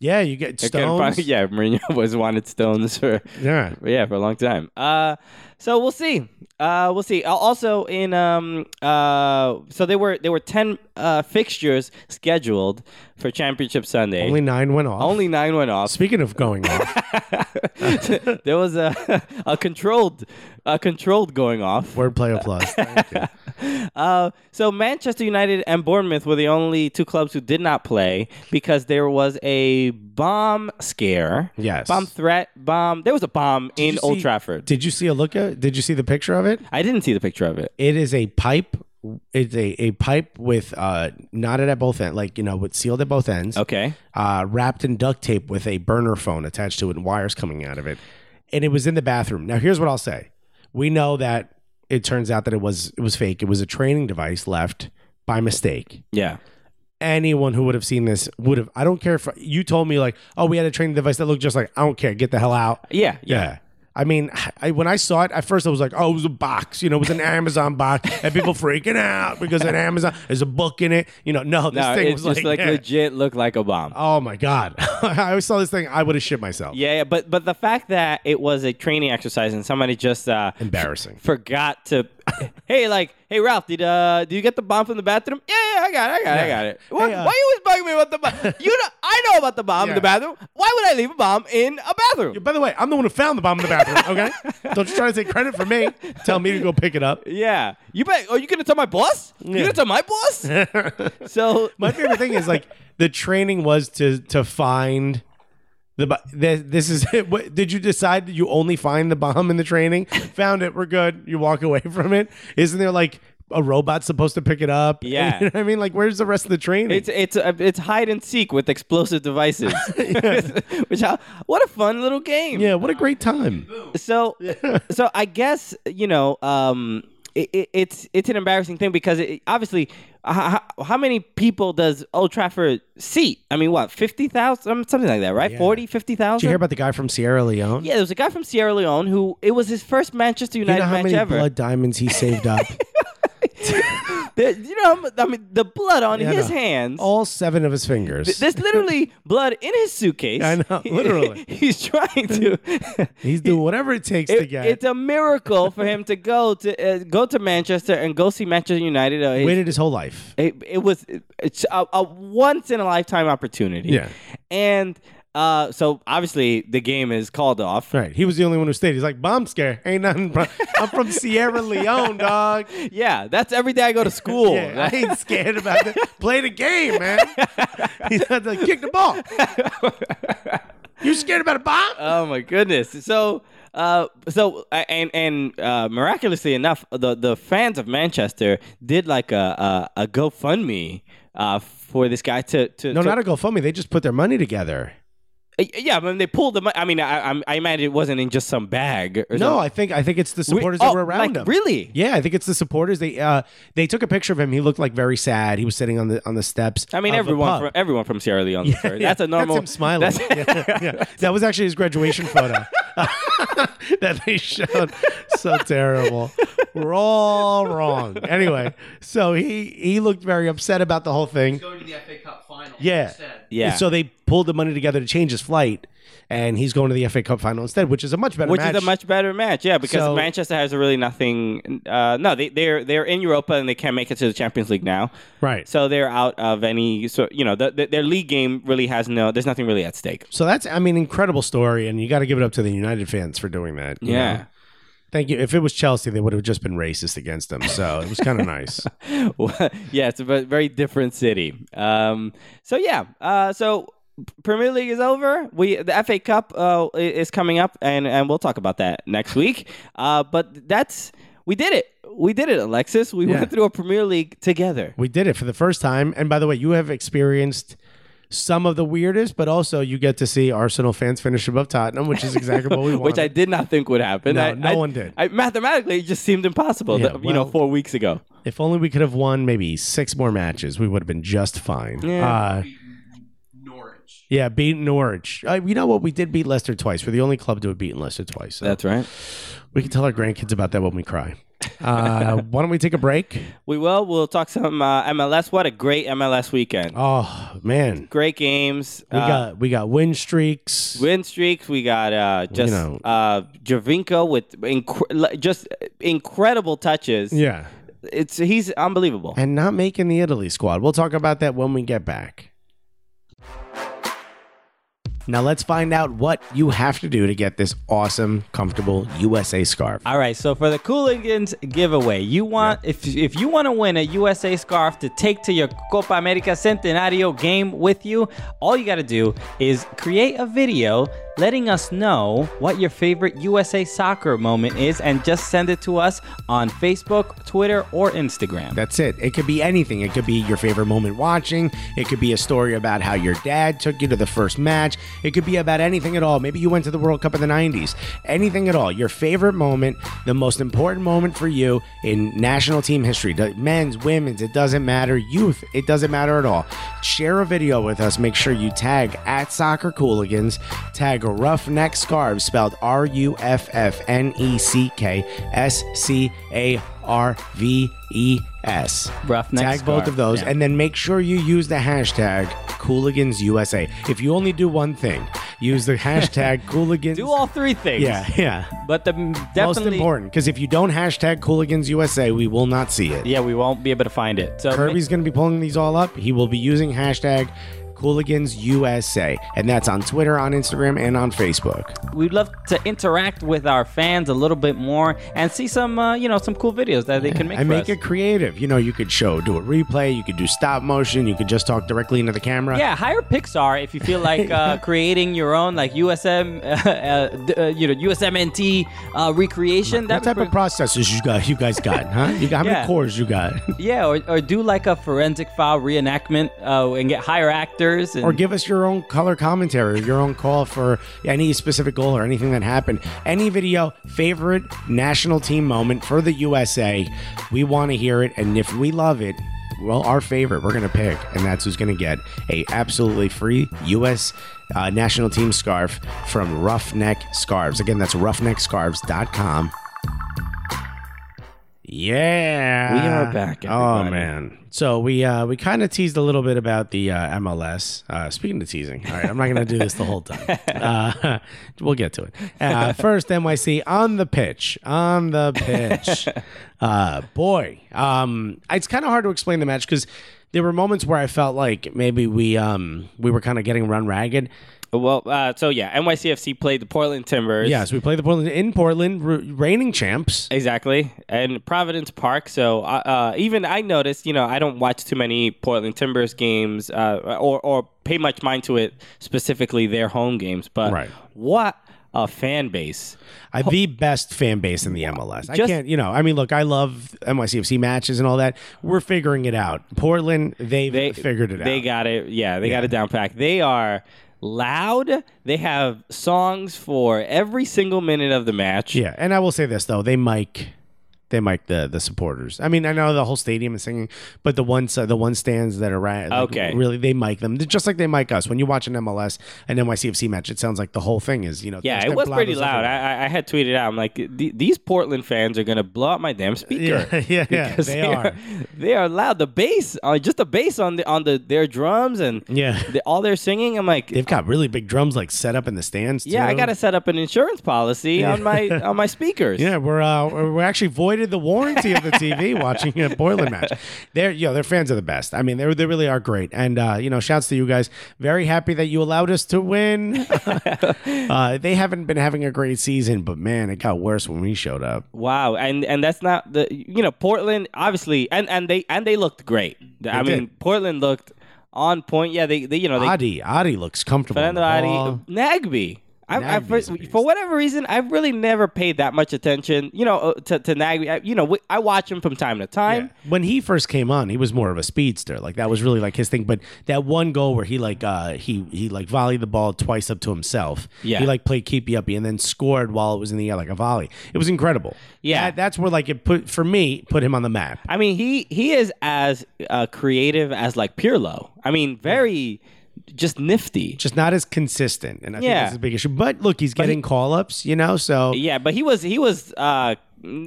A: Yeah, you get
G: I couldn't
A: stones.
G: find- [LAUGHS] yeah, Mourinho was wanted stones for
A: yeah.
G: But yeah, for a long time. Uh, so we'll see. Uh, we'll see. Al- Also, in um, uh, so there were there were ten uh, fixtures scheduled for Championship Sunday.
A: Only nine went off.
G: Only nine went
A: [LAUGHS]
G: off.
A: Speaking of going off,
G: there was a [LAUGHS] a controlled a controlled going off.
A: wordplay [LAUGHS] applause. Thank you.
G: Uh, so Manchester United and Bournemouth were the only two clubs who did not play because there was a bomb scare.
A: Yes.
G: Bomb threat. Bomb. There was a bomb
A: Did
G: in
A: you
G: Old
A: see-
G: Trafford.
A: Did you see a look at? Did you see the picture of it?
G: I didn't see the picture of it.
A: It is a pipe. It's a, a pipe with uh knotted at both ends, like you know, with sealed at both ends.
G: Okay.
A: uh, wrapped in duct tape with a burner phone attached to it and wires coming out of it. And it was in the bathroom. Now, here's what I'll say: We know that it turns out that it was it was fake. It was a training device left by mistake.
G: Yeah.
A: Anyone who would have seen this would have. I don't care if you told me like, oh, we had a training device that looked just like. I don't care. Get the hell out.
G: Yeah.
A: Yeah. I mean, I, when I saw it, at first I was like, oh, it was a box. You know, it was an Amazon box. And people freaking out because an Amazon, there's a book in it. You know, no, this
G: No,
A: thing
G: it's
A: was
G: just like,
A: yeah.
G: legit looked like a bomb.
A: Oh my god! [LAUGHS] I always saw this thing. I would have shit myself.
G: yeah, yeah, but but the fact that it was a training exercise and somebody just uh,
A: Embarrassing.
G: forgot to, [LAUGHS] hey, like, hey, Ralph, did uh, do you get the bomb from the bathroom? Yeah, yeah, I got it, I got it, I
A: Yeah.
G: got it. Why,
A: Hey, uh,
G: why you always bugging me about the bomb? you know, I know about the bomb in
A: Yeah.
G: the bathroom. Why would I leave a bomb in a bathroom?
A: By the way, I'm the one who found the bomb in the bathroom. Okay, don't you try to take credit for me. Tell me to go pick it up.
G: [LAUGHS] yeah, you bet. Are you gonna tell my boss? You
A: Yeah.
G: gonna tell my boss? so
A: My favorite thing is like the training was to to find the bo- th- this is [LAUGHS] it. What, did you decide that you only find the bomb in the training? Found it. We're good. You walk away [LAUGHS] from it. Isn't there like a robot supposed to pick it up? [LAUGHS]
G: Yeah.
A: You know what I mean, like where's the rest of the training?
G: It's it's uh, it's hide and seek with explosive devices, [LAUGHS] which how, what a fun little game.
A: yeah. What a great time.
G: So [LAUGHS] so I guess you know um, it, it, it's it's an embarrassing thing because it, obviously how, how many people does Old Trafford seat? I mean, what fifty thousand something like that, right? Forty, fifty
A: Did you hear
G: thousand.
A: about the guy from Sierra Leone?
G: Yeah, there was a guy from Sierra Leone who it was his first Manchester
A: You
G: United
A: know how
G: match
A: many
G: ever.
A: blood diamonds he saved
G: [LAUGHS]
A: up?
G: The- you know, I mean, the blood on
A: Yeah, I
G: his
A: know.
G: hands.
A: All seven of his fingers. [LAUGHS]
G: There's literally blood in his suitcase.
A: I know, literally.
G: [LAUGHS] He's trying to.
A: [LAUGHS] He's doing whatever it takes to
G: It-
A: get.
G: it's a miracle for him to go to uh, go to Manchester and go see Manchester United. Uh, it,
A: waited his whole life.
G: it, it was it's a, a once in a lifetime opportunity.
A: Yeah.
G: and uh, so obviously the game is called off.
A: Right. He was the only one who stayed. He's like, bomb scare. Ain't nothing. Bro. I'm
G: [LAUGHS]
A: from Sierra Leone, dog.
G: Yeah, that's every day I go to
A: [LAUGHS]
G: school.
A: Yeah, I ain't scared about that.
G: [LAUGHS]
A: Play the game, man. He's like, kick the
G: [LAUGHS]
A: ball. You scared about a bomb?
G: Oh my goodness. So uh so uh, and and uh miraculously enough the the fans of Manchester did like a a, a GoFundMe uh for this guy to to
A: no,
G: to,
A: not a GoFundMe. They just put their money together.
G: Uh, yeah, I mean they pulled the money. I mean I, I I imagine it wasn't in just some bag or
A: No,
G: something.
A: I think I think it's the supporters
G: oh,
A: that were around
G: like,
A: him.
G: really?
A: Yeah, I think it's the supporters. They uh they took a picture of him. He looked like very sad. He was sitting on the on the steps.
G: I mean
A: of a
G: everyone
A: pub.
G: from everyone from Sierra Leone.
A: Yeah,
G: sorry.
A: yeah.
G: That's a normal
A: That's him smiling.
G: that's-
A: Yeah,
G: [LAUGHS]
A: yeah. That was actually his graduation photo [LAUGHS] that they showed. So terrible. We're all wrong. Anyway, so he he looked very upset about the whole thing.
H: Going to the FA Cup final.
A: Yeah.
H: Instead.
G: yeah.
A: So they pulled the money together to change his flight, and he's going to the FA Cup final instead, which is a much better
G: which
A: match.
G: is a much better match, yeah, because
A: So-
G: Manchester has really nothing. Uh, no, they, they're they're in Europa and they can't make it to the Champions League now.
A: right. So,
G: So they're out of any. So you know, the, the, their league game really has no. There's nothing really at stake.
A: so that's I mean incredible story, and you got to give it up to the United fans for doing that. you know? Thank you. If it was Chelsea, they would have just been racist against them. So it was kind of [LAUGHS] nice.
G: [LAUGHS] yeah, it's a ve- very different city. Um. So yeah. Uh. So. Premier League is over. We the FA Cup uh, i- is coming up, and, and we'll talk about that
A: [LAUGHS]
G: next week. Uh, but that's we did it. We did it, Alexis. We
A: Yeah.
G: went through a Premier League together.
A: We did it for the first time. And by the way, you have experienced some of the weirdest, but also you get to see Arsenal fans finish above Tottenham, which is exactly
G: [LAUGHS]
A: what we want.
G: Which I did not think would happen.
A: No,
G: I-
A: no
G: I-
A: one did.
G: I, mathematically, it just seemed impossible.
A: Yeah,
G: th- you know,
A: well-
G: four weeks ago.
A: If only we could have won maybe six more matches, we would have been just fine.
G: Yeah.
A: Uh, Norwich. Yeah, beat Norwich. Uh, you know what? We did beat Leicester twice. We're the only club to have beaten Leicester twice. So
G: That's right.
A: we can tell our grandkids about that when we cry.
G: [LAUGHS]
A: Uh, why don't we take a break?
G: We will. We'll talk some uh, MLS. What a great MLS weekend.
A: Oh man,
G: Great games.
A: we
G: uh,
A: got we got win streaks.
G: win streaks. We got uh, just
A: know.
G: uh, Javinko with inc- li- just incredible touches.
A: yeah,
G: It's he's unbelievable.
A: and not making the Italy squad. We'll talk about that when we get back. Now let's find out what you have to do to get this awesome, comfortable USA scarf.
H: All right, so for the Cooligans giveaway, you want if if you want to win a USA scarf to take to your Copa America Centenario game with you, all you got to do is create a video letting us know what your favorite USA soccer moment is and just send it to us on Facebook, Twitter, or Instagram.
A: That's it. It could be anything. It could be your favorite moment watching. It could be a story about how your dad took you to the first match. It could be about anything at all. Maybe you went to the World Cup in the 90s. Anything at all. Your favorite moment, the most important moment for you in national team history. The Men's, women's, it doesn't matter. Youth, it doesn't matter at all. Share a video with us. Make sure you tag at Soccer Cooligans, tag Roughneck Scarves, spelled R U F F N E C K S C A R V E S.
H: Roughneck
A: Tag both
H: scarf,
A: of those
H: yeah.
A: and then make sure you use the hashtag CooligansUSA. If you only do one thing, use
H: [LAUGHS]
A: the hashtag Cooligans.
H: do all three things.
A: yeah, yeah.
H: But the
A: Most
H: definitely
A: important because if you don't hashtag CooligansUSA, we will not see it.
H: Yeah, we won't be able to find it. So
A: Kirby's going to be pulling these all up. He will be using hashtag CooligansUSA, and that's on Twitter, on Instagram, and on Facebook.
H: we'd love to interact with our fans a little bit more and see some uh, you know some cool videos that they can make
A: and
H: for
A: make
H: us.
A: it creative. You know, you could show, do a replay, you could do stop motion, you could just talk directly into the camera.
H: yeah, hire Pixar if you feel like uh,
A: [LAUGHS]
H: creating your own like USM, [LAUGHS] uh, uh, d- uh, you know USMNT uh, recreation.
A: What
H: That
A: type of processors you got? You guys got, huh? You got how many
H: Yeah.
A: cores
H: [LAUGHS]
A: you got?
H: yeah, or, or do like a forensic file reenactment uh, and get hire actors and
A: or give us your own color commentary, your own call for any specific goal or anything that happened. Any video, favorite national team moment for the USA. We want to hear it, and if we love it, well, our favorite we're gonna pick, and that's who's gonna get a absolutely free U.S. Uh, national team scarf from Roughneck Scarves. Again, that's roughneckscarves.com. Yeah,
G: We are back,
A: Oh
G: everybody.
A: man! So we uh, we kind of teased a little bit about the uh, MLS. Uh, speaking of teasing, all right, I'm not going to do this the whole
G: [LAUGHS]
A: time. Uh, [LAUGHS] we'll get to it. Uh, first, NYC on the pitch, on the
G: [LAUGHS]
A: pitch. Uh, boy, um, it's kind of hard to explain the match because there were moments where I felt like maybe we um we were kind of getting run ragged.
G: Well, uh, so yeah, NYCFC played the Portland Timbers.
A: Yes, we played the Portland in Portland, re- reigning champs.
G: Exactly, and Providence Park. So uh, uh, even I noticed, you know, I don't watch too many Portland Timbers games, uh, or or pay much mind to it specifically their home games. But
A: Right.
G: what a fan base!
A: I the best fan base in the MLS. I
G: Just-
A: can't, you know. I mean, look, I love NYCFC matches and all that. We're figuring it out. Portland, they've
G: They
A: figured it out.
G: They got it. Yeah, they got it down packed. They are loud. They have songs for every single minute of the match.
A: yeah. And I will say this though, they mic, they mic the the supporters. I mean, I know the whole stadium is singing, but the ones the one stands that are right, like,
G: Okay.
A: really, they mic them They're just like they mic us. When you watch an MLS and NYCFC match, it sounds like the whole thing is, you know,
G: Yeah,
A: there's
G: it was pretty
A: templados
G: loud.
A: everywhere.
G: I, I- I had tweeted out, I'm like, "The- these Portland fans are going to blow out my damn speaker.
A: Yeah, [LAUGHS] yeah, yeah,
G: Because
A: they are.
G: They are loud. The bass, uh, just the bass on the on the their drums and
A: Yeah.
G: the, all their singing. I'm like,
A: They've got really big drums like set up in the stands.
G: yeah, I
A: too.
G: got to set up an insurance policy on my
A: [LAUGHS]
G: on my speakers.
A: Yeah, we're uh, we're we're actually voided the warranty of the TV watching a Boiler match. They're you know, their fans are the best. I mean, they they really are great. And uh, you know, shouts to you guys. Very happy that you allowed us to win. [LAUGHS] uh, they haven't been having a great season, but man, it got worse when we showed up.
G: Wow, and and that's not the you know Portland obviously, and and they and they looked great. I
A: They
G: mean,
A: did.
G: Portland looked on point. Yeah, they, they you know they
A: Adi Adi looks comfortable. on
G: Fernando
A: the
G: Ari
A: ball.
G: Nagby. I, I,
A: Nagby's
G: for,
A: a beast.
G: for whatever reason, I've really never paid that much attention, you know, uh, to, to Nagby. I, you know, we, I watch him from time to time.
A: When he first came on, he was more of a speedster. Like that was really like his thing. But that one goal where he like uh he he like volleyed the ball twice up to himself.
G: Yeah.
A: He like played keepy uppy and then scored while it was in the air like a volley. It was incredible.
G: Yeah.
A: That- that's where like it put for me put him on the map.
G: I mean, he he is as uh, creative as like Pirlo. I mean, very just nifty.
A: Just not as consistent, and I think
G: Yeah.
A: that's a big issue. But look, he's getting call ups, you know. So
G: yeah, but he was he was. Uh,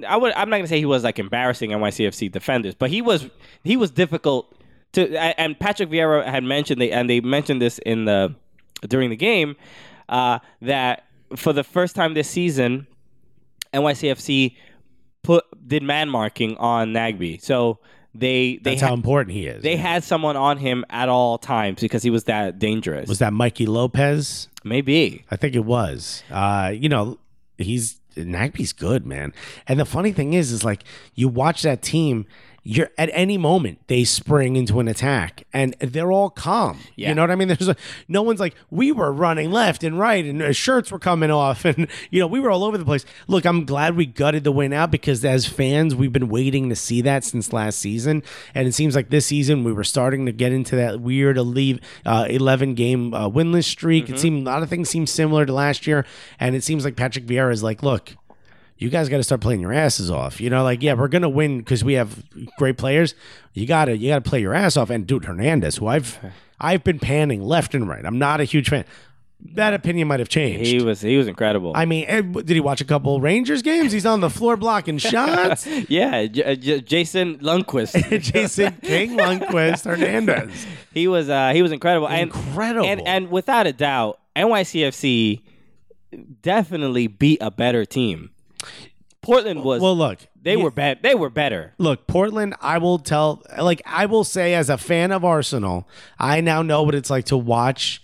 G: I would. I'm not gonna say he was like embarrassing NYCFC defenders, but he was he was difficult to. a- And Patrick Vieira had mentioned they and they mentioned this in the during the game uh, that for the first time this season, NYCFC put did man marking on Nagby. So they they
A: that's
G: ha-
A: how important he is.
G: they had someone on him at all times because he was that dangerous.
A: was that Mikey Lopez?
G: Maybe.
A: I think it was. Uh, you know, he's Nagby's good, man. And the funny thing is, is like you watch that team. You're at any moment they spring into an attack and they're all calm.
G: Yeah.
A: You know what I mean? [LAUGHS] There's a, no one's like we were running left and right and uh, shirts were coming off [LAUGHS] and you know we were all over the place. Look, I'm glad we gutted the win out because as fans we've been waiting to see that since last season and it seems like this season we were starting to get into that weird leave uh, 11 game uh, winless streak. It seemed a lot of things seem similar to last year and it seems like Patrick Vieira is like, look, you guys got to start playing your asses off. You know, like yeah, we're gonna win because we have great players. You gotta you gotta play your ass off. And dude, Hernandez, who I've I've been panning left and right. I'm not a huge fan. That opinion might have changed.
G: He was he was incredible.
A: I mean, eh, did he watch a couple Rangers games? He's on the floor blocking shots.
G: yeah, J- J- Jason Lundquist.
A: Jason King, Lundqvist, Hernandez.
G: he was uh, he was incredible. And-
A: Incredible.
G: And, and without a doubt, NYCFC definitely beat a better team. Portland was
A: Well, look,
G: they were bad. They were better.
A: Look, Portland, I will tell, like, I will say as a fan of Arsenal, I now know what it's like to watch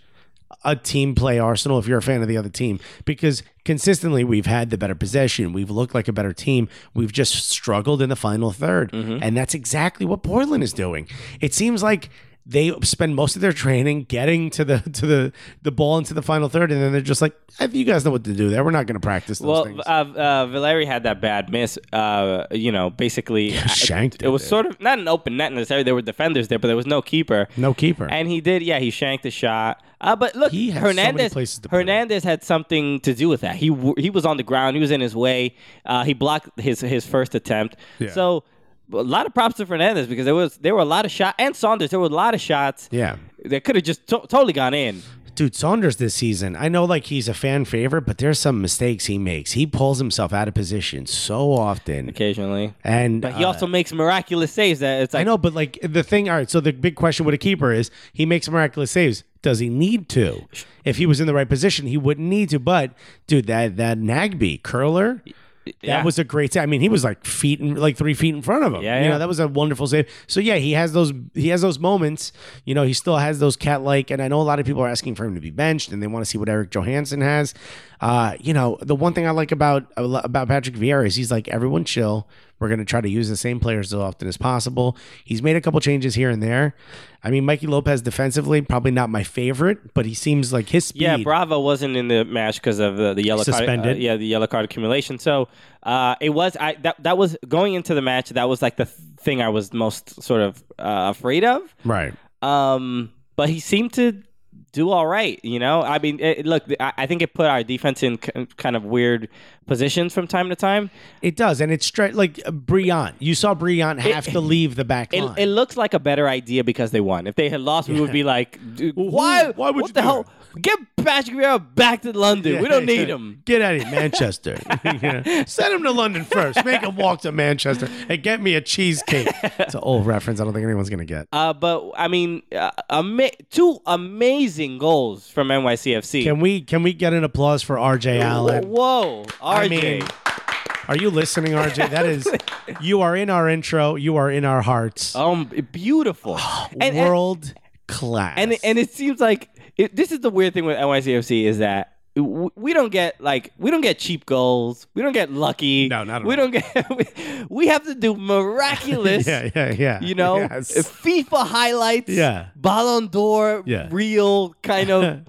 A: a team play Arsenal if you're a fan of the other team because consistently we've had the better possession. We've looked like a better team. We've just struggled in the final 3rd
G: Mm-hmm.
A: And that's exactly what Portland is doing. It seems like. They spend most of their training getting to the to the the ball into the final third, and then they're just like, "Eh, "You guys know what to do there. We're not going to practice those
G: Well,
A: things."
G: uh, uh, Valeri had that bad miss. Uh, you know, basically,
A: [LAUGHS] shanked
G: It, it was
A: it.
G: sort of not an open net necessarily. There were defenders there, but there was no keeper.
A: No keeper.
G: And he did, yeah, he shanked the shot. Uh, but look,
A: He had so many
G: Hernandez.
A: places to put it.
G: Hernandez had something to do with that. He w- he was on the ground. He was in his way. Uh, he blocked his his first attempt. So a lot of props to Fernandez because there was there were a lot of shots and Saunders. There were a lot of shots.
A: yeah,
G: that could have just to- totally gone in.
A: Dude, Saunders this season, I know like he's a fan favorite, but there's some mistakes he makes. He pulls himself out of position so often.
G: Occasionally.
A: And
G: But he
A: uh,
G: also makes miraculous saves. That it's like
A: I know, but like the thing, all right, so the big question with a keeper is he makes miraculous saves. Does he need to? If he was in the right position, he wouldn't need to. But dude, that that Nagby curler,
G: Yeah.
A: that was a great save. I mean, he was like feet in, like three feet in front of him.
G: Yeah,
A: you
G: yeah.
A: know that was a wonderful save. So yeah, he has those he has those moments. You know, he still has those cat like. And I know a lot of people are asking for him to be benched, and they want to see what Eric Johansson has. Uh, you know, the one thing I like about about Patrick Vieira is he's like everyone chill. We're gonna try to use the same players as often as possible. He's made a couple changes here and there. I mean, Mikey Lopez defensively probably not my favorite, but he seems like his speed.
G: Yeah, Bravo wasn't in the match because of the, the yellow card.
A: Suspended.
G: uh, yeah, the yellow card accumulation. So uh, it was I that that was going into the match. That was like the th- thing I was most sort of uh, afraid of.
A: Right.
G: Um, but he seemed to do all right. You know, I mean, it, look, I, I think it put our defense in k- kind of weird positions from time to time.
A: It does, and it's straight like uh, Briant. You saw Briant have to leave the back
G: It,
A: line.
G: it looks like a better idea because they won. If they had lost, we would be like, "Dude, why?
A: why would
G: what
A: you
G: the
A: do
G: hell? Get Patrick Vieira back to London. we don't
A: [LAUGHS]
G: need him.
A: Get out of here,
G: [LAUGHS]
A: Manchester. Yeah. Send him to London first. Make him walk to Manchester and get me a cheesecake. It's an old reference. I don't think anyone's gonna get.
G: Uh, but I mean, uh, ama- two amazing goals from NYCFC.
A: Can we? Can we get an applause for RJ Allen?
G: Whoa, RJ.
A: I mean, are you listening, RJ? That is, you are in our intro. You are in our hearts.
G: um,
A: [GASPS]
G: beautiful. and, and
A: World class.
G: and it- and it seems like it, this is the weird thing with NYCFC is that w- we don't get like we don't get cheap goals. We don't get lucky.
A: No, not at
G: we
A: all.
G: don't get. [LAUGHS] We, we have to do
A: [LAUGHS]
G: miraculous.
A: Yeah, yeah, yeah.
G: You know, uh,
A: Yes.
G: FIFA highlights.
A: Yeah.
G: Ballon d'Or.
A: Yeah.
G: Real
A: [LAUGHS]
G: kind of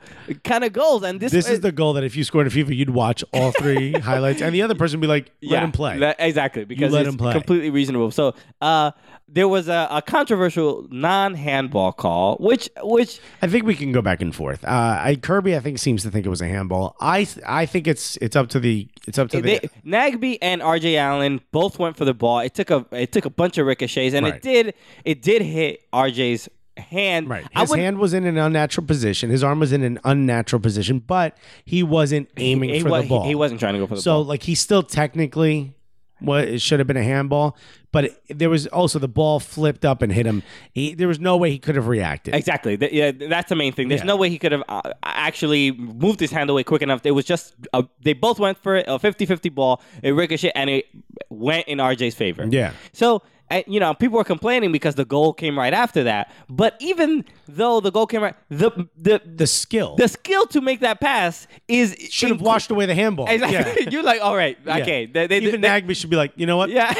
G: kind of goals, and this,
A: This is the goal that if you scored in FIFA, you'd watch all
G: [LAUGHS]
A: three highlights, and the other person would be like, "Let him play."
G: le- exactly, because
A: let
G: it's
A: him play.
G: completely reasonable. So uh, there was a, a controversial non-handball call, which which
A: I think we can go back and forth. Uh, I Kirby, I think, seems to think it was a handball. I I think it's it's up to the it's up to
G: they,
A: the
G: Nagby and RJ Allen both went for the ball. It took a it took a bunch of ricochets, and
A: Right.
G: it did it did hit RJ's hand.
A: right.
G: I
A: His
G: wouldn't-
A: hand was in an unnatural position. His arm was in an unnatural position, but he wasn't aiming
G: he,
A: for
G: wa-
A: the ball.
G: He, he wasn't trying to go for the
A: so
G: ball.
A: like he still technically what it should have been a handball, but it- there was also the ball flipped up and hit him. He, there was no way he could have reacted.
G: Exactly. Th- yeah, th- that's the main thing. There's
A: Yeah.
G: no way he could have uh, actually moved his hand away quick enough. It was just uh they both went for it, a 50-50 ball. It ricocheted and it went in RJ's favor.
A: Yeah.
G: So and, you know, people were complaining because the goal came right after that. But even though the goal came right, the the
A: The skill
G: the skill to make that pass is
A: should have
G: inc-
A: washed away the handball.
G: Exactly. [LAUGHS] You're like, all right,
A: [LAUGHS] Yeah.
G: okay. They, they,
A: Even
G: they-
A: Nagby should be like, you know what? [LAUGHS]
G: [LAUGHS] Yeah.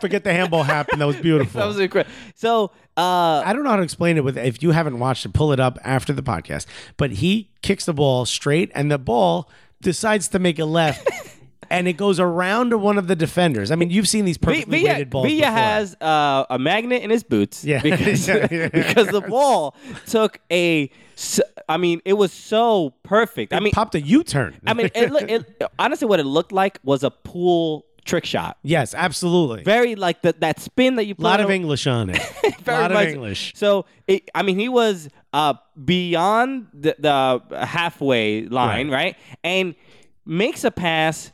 A: Forget the handball happened. That was beautiful.
G: [LAUGHS] that was incredible. So uh,
A: I don't know how to explain it with if you haven't watched it, pull it up after the podcast. But he kicks the ball straight and the ball decides to make a
G: [LAUGHS]
A: left and it goes around to one of the defenders. I mean, you've seen these
G: V-
A: perfectly
G: Villa,
A: weighted balls.
G: Villa
A: before.
G: has uh, a magnet in his boots
A: Yeah.
G: because, [LAUGHS]
A: Yeah, [LAUGHS] yeah, yeah.
G: because the ball took a. s- I mean, it was so perfect. I mean,
A: popped a U turn.
G: I mean, it, loo- it, honestly, what it looked like was a pool trick shot.
A: [LAUGHS] yes, absolutely.
G: Very like the, that spin that you.
A: a lot
G: put
A: of
G: on-
A: English on
G: [LAUGHS]
A: it. A
G: very
A: lot of
G: much-
A: English.
G: So it, I mean, he was uh, beyond the, the halfway line, right. And makes a pass.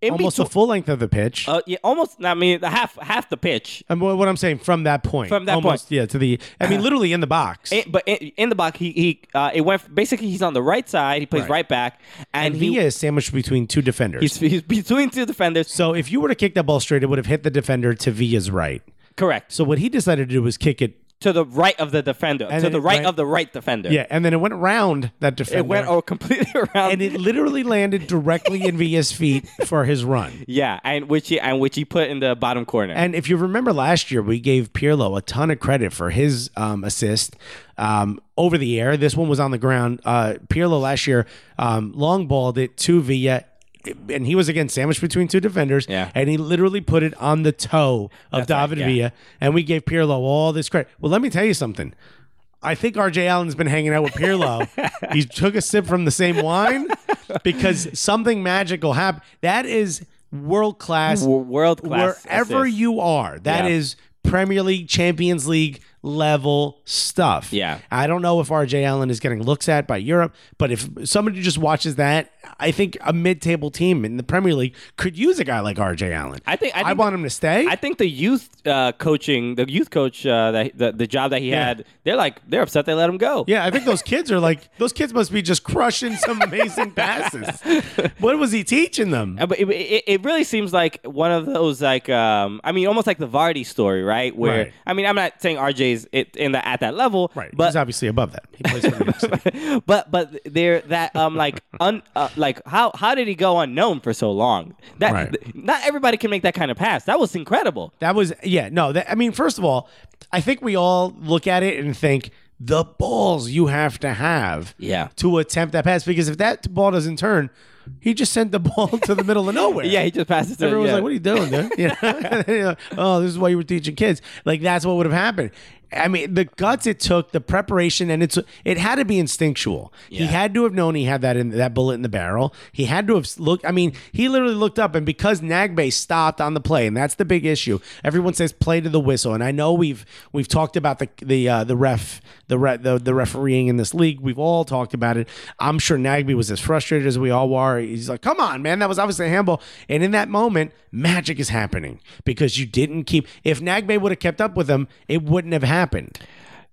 G: In
A: Almost the
G: between,
A: full length of the pitch.
G: uh, yeah, almost. I mean, the half half the pitch.
A: and what what I'm saying from that point.
G: From that Uh,
A: almost, Yeah, to the. I mean, literally in the box.
G: It- but in, in the box, he he uh, it went basically. He's on the right side. He plays right, back, and,
A: and
G: he
A: Villa is sandwiched between two defenders.
G: he's, he's between two defenders.
A: So if you were to kick that ball straight, it would have hit the defender to Villa's right.
G: Correct
A: So what he decided to do was kick it.
G: to the right of the defender,
A: And
G: to
A: then
G: the
A: it
G: right,
A: went-
G: of the right defender.
A: Yeah, and then it went around that defender.
G: it went oh, [LAUGHS] completely around.
A: and it literally landed directly in Villa's feet for his run.
G: yeah, and which he and which he put in the bottom corner.
A: And if you remember last year, we gave Pirlo a ton of credit for his um, assist um, over the air. This one was on the ground. Uh, Pirlo last year um, long balled it to Villa. And he was again sandwiched between two defenders,
G: Yeah.
A: and he literally put it on the toe of David
G: yeah.
A: Villa. And we gave Pirlo all this credit. Well, let me tell you something. I think RJ Allen's been hanging out with
G: [LAUGHS]
A: Pirlo. he took a sip from the same wine because something magical happened. That is world class
G: W- world-class
A: wherever
G: assist.
A: you are that is
G: Yeah.
A: premier league champions league level stuff
G: Yeah.
A: i don't know if rj allen is getting looks at by europe but if somebody just watches that i think a mid-table team in the premier league could use a guy like rj allen
G: I think- I think
A: want
G: that-
A: him to stay
G: I think the youth uh, coaching, the youth coach, uh, that, the the job that he
A: Yeah.
G: had, they're like they're upset they let him go.
A: yeah, I think those kids are like those kids must be just crushing some amazing
G: [LAUGHS]
A: passes. What was he teaching them?
G: Uh, But it, it, it really seems like one of those like um, I mean almost like the Vardy story, right? Where
A: Right.
G: I mean I'm not saying RJ's it, in the at that level,
A: Right,
G: But
A: he's obviously above that. He plays
G: [LAUGHS]
A: for New York City.
G: but but there that um like un uh, like how how did he go unknown for so long? That
A: Right.
G: th- not everybody can make that kind of pass. That was incredible.
A: That was yeah, no, that I mean, first of all, I think we all look at it and think the balls you have to have
G: Yeah.
A: to attempt that pass because if that ball doesn't turn, he just sent the [LAUGHS] ball to the middle of nowhere.
G: Yeah, he just passes. To,
A: Everyone's
G: yeah.
A: like, "What are you doing, dude?"
G: [LAUGHS]
A: Yeah. You know, [LAUGHS] oh, this is why you were teaching kids. Like that's what would have happened. I mean, the guts it took, the preparation, and it's it had to be instinctual. He had to have known he had that in that bullet in the barrel. He had to have s- looked. I mean, he literally looked up, and because Nagbe stopped on the play, and that's the big issue. Everyone says play to the whistle, and I know we've we've talked about the the uh, the ref the, re- the the refereeing in this league. We've all talked about it. I'm sure Nagbe was as frustrated as we all were. He's like, "Come on, man, that was obviously a handball." And in that moment, magic is happening because you didn't keep. If Nagbe would have kept up with him, it wouldn't have happened.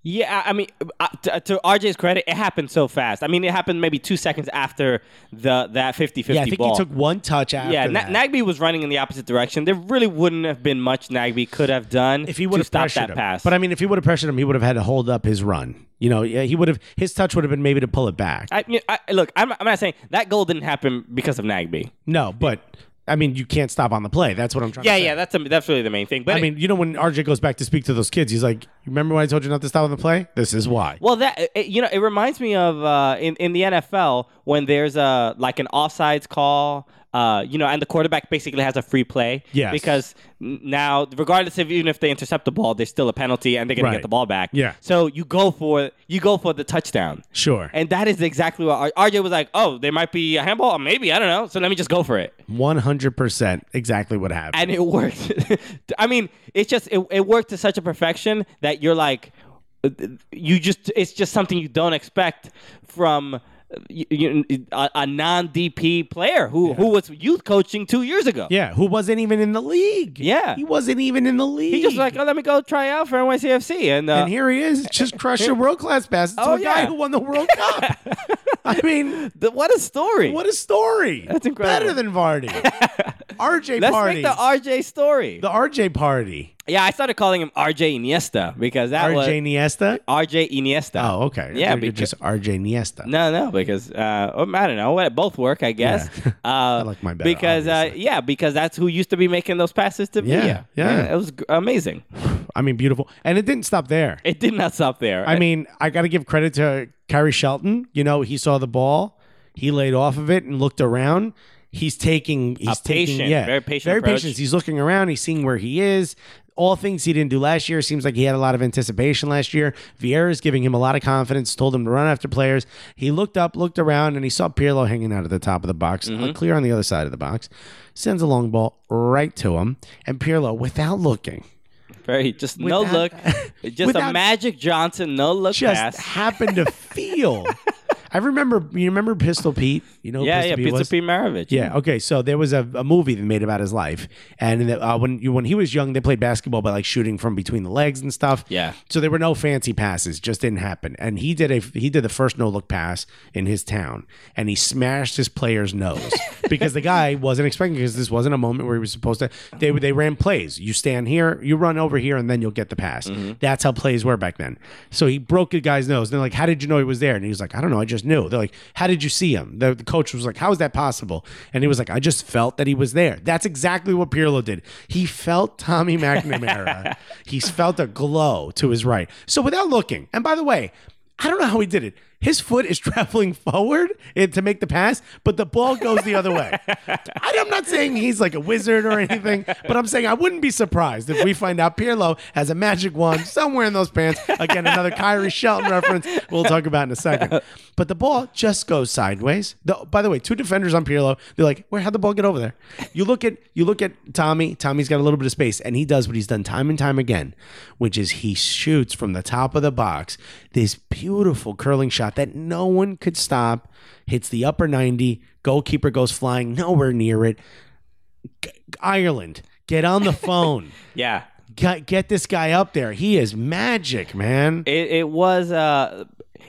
G: Yeah, I I mean, uh, to, to RJ's credit, it happened so fast. I mean, it happened maybe two seconds after the that 50-50
A: Yeah, I think
G: ball.
A: he took one touch after
G: Yeah, Na-
A: that.
G: Nagby was running in the opposite direction. There really wouldn't have been much Nagby could have done
A: if he would
G: would
A: have
G: stopped
A: pressured
G: that
A: him.
G: pass.
A: But I mean, if he would have pressured him, he would have had to hold up his run. You know, yeah, he would have. His touch would have been maybe to pull it back.
G: I, mean, I look, I'm, I'm not saying that goal didn't happen because of Nagby.
A: no, but I mean, you can't stop on the play. That's what I'm trying.
G: Yeah,
A: to say.
G: yeah, that's that's really the main thing. But
A: I mean, you know, when RJ goes back to speak to those kids, he's like, "Remember when I told you not to stop on the play? This is why."
G: Well, that it, you know, it reminds me of uh, in in the NFL when there's a like an offsides call. Uh, you know, and the quarterback basically has a free play.
A: Yes.
G: Because n- now, regardless of even if they intercept the ball, there's still a penalty, and they're gonna
A: Right.
G: get the ball back.
A: Yeah.
G: So you go for you go for the touchdown.
A: Sure.
G: And that is exactly what R- RJ was like. Oh, there might be a handball, or maybe I don't know. So let me just go for it.
A: One hundred percent, exactly what happened.
G: and it worked. [LAUGHS] I mean, it's just it, it worked to such a perfection that you're like, uh, you just it's just something you don't expect from uh, you, you, a, a non DP player who who was youth coaching two years ago.
A: yeah, who wasn't even in the league?
G: Yeah.
A: he wasn't even in the league.
G: He just like, oh, let me go try out for NYCFC, and, uh,
A: and here he is,
G: [LAUGHS]
A: just crushing world class passes to
G: Oh,
A: a guy
G: yeah.
A: who won the World
G: [LAUGHS]
A: Cup. I mean,
G: th- what a story!
A: what a story!
G: That's incredible.
A: Better than
G: [LAUGHS]
A: Vardy. RJ
G: Let's
A: party.
G: make the RJ story.
A: The RJ party.
G: yeah, I started calling him RJ Iniesta because that was
A: RJ Niesta?
G: RJ Iniesta.
A: Oh, okay.
G: Yeah,
A: You're
G: because-
A: just RJ Niesta.
G: No, no, because uh, um, I don't know. What both work, I guess.
A: Yeah. [LAUGHS]
G: Uh,
A: I like mine better,
G: because uh,
A: obviously.
G: yeah, because that's who used to be making those passes to
A: Yeah,
G: me.
A: yeah.
G: it was g- amazing.
A: I mean, beautiful. And it didn't stop there.
G: It did not stop there.
A: I mean, I got to give credit to Kyrie Shelton. You know, he saw the ball, he laid off of it and looked around. He's taking, he's taking,
G: patient,
A: yeah,
G: very patient
A: very
G: approach.
A: patient. He's looking around, he's seeing where he is. All things he didn't do last year. Seems like he had a lot of anticipation last year. Vieira's giving him a lot of confidence, told him to run after players. He looked up, looked around, and he saw Pirlo hanging out at the top of the box,
G: Mm-hmm.
A: uh, clear on the other side of the box. Sends a long ball right to him, and Pirlo, without looking,
G: very just no look,
A: [LAUGHS] without-
G: just a
A: without-
G: Magic Johnson no look
A: just
G: pass.
A: happened to
G: [LAUGHS]
A: feel. I remember. You remember Pistol Pete? You know, who
G: yeah,
A: Pistol
G: yeah,
A: Pete
G: Pizza
A: was?
G: P. Maravich.
A: Yeah. Okay. So there was a, a movie they made about his life, and in the- uh, when you, when he was young, they played basketball by like shooting from between the legs and stuff.
G: Yeah.
A: So there were no fancy passes; just didn't happen. And he did a he did the first no look pass in his town, and he smashed his player's nose because the guy wasn't expecting because this wasn't a moment where he was supposed to. They they ran plays. You stand here, you run over here, and then you'll get the pass. That's how plays were back then. So he broke a guy's nose. They're like, "How did you know he was there?" And he was like, "I don't know. I just knew." They're like, "How did you see him?" The, the coach was like, "How is that possible?" And he was like, "I just felt that he was there." That's exactly what Pirlo did. He felt Tommy McNamara. he felt a glow to his right. So without looking, and by the way, I don't know how he did it. His foot is [LAUGHS] traveling forward eh, to make the pass, but the ball goes the other way. I- I'm not saying he's like a wizard or anything, but I'm saying I wouldn't be surprised if we find out Pirlo has a magic wand somewhere in those pants. Again, another Kyrie Shelton reference we'll talk about in a second. But the ball just goes sideways. The- by the way, two defenders on Pirlo, they're like, where how'd the ball get over there? You look at you look at Tommy. Tommy's got a little bit of space, and he does what he's done time and time again, which is he shoots from the top of the box this beautiful curling shot that no one could stop. Hits the upper 90. Goalkeeper goes flying nowhere near it. G- Ireland, get on
G: [LAUGHS]
A: the phone.
G: yeah.
A: get, get this guy up there. He is magic, man.
G: It, it was uh,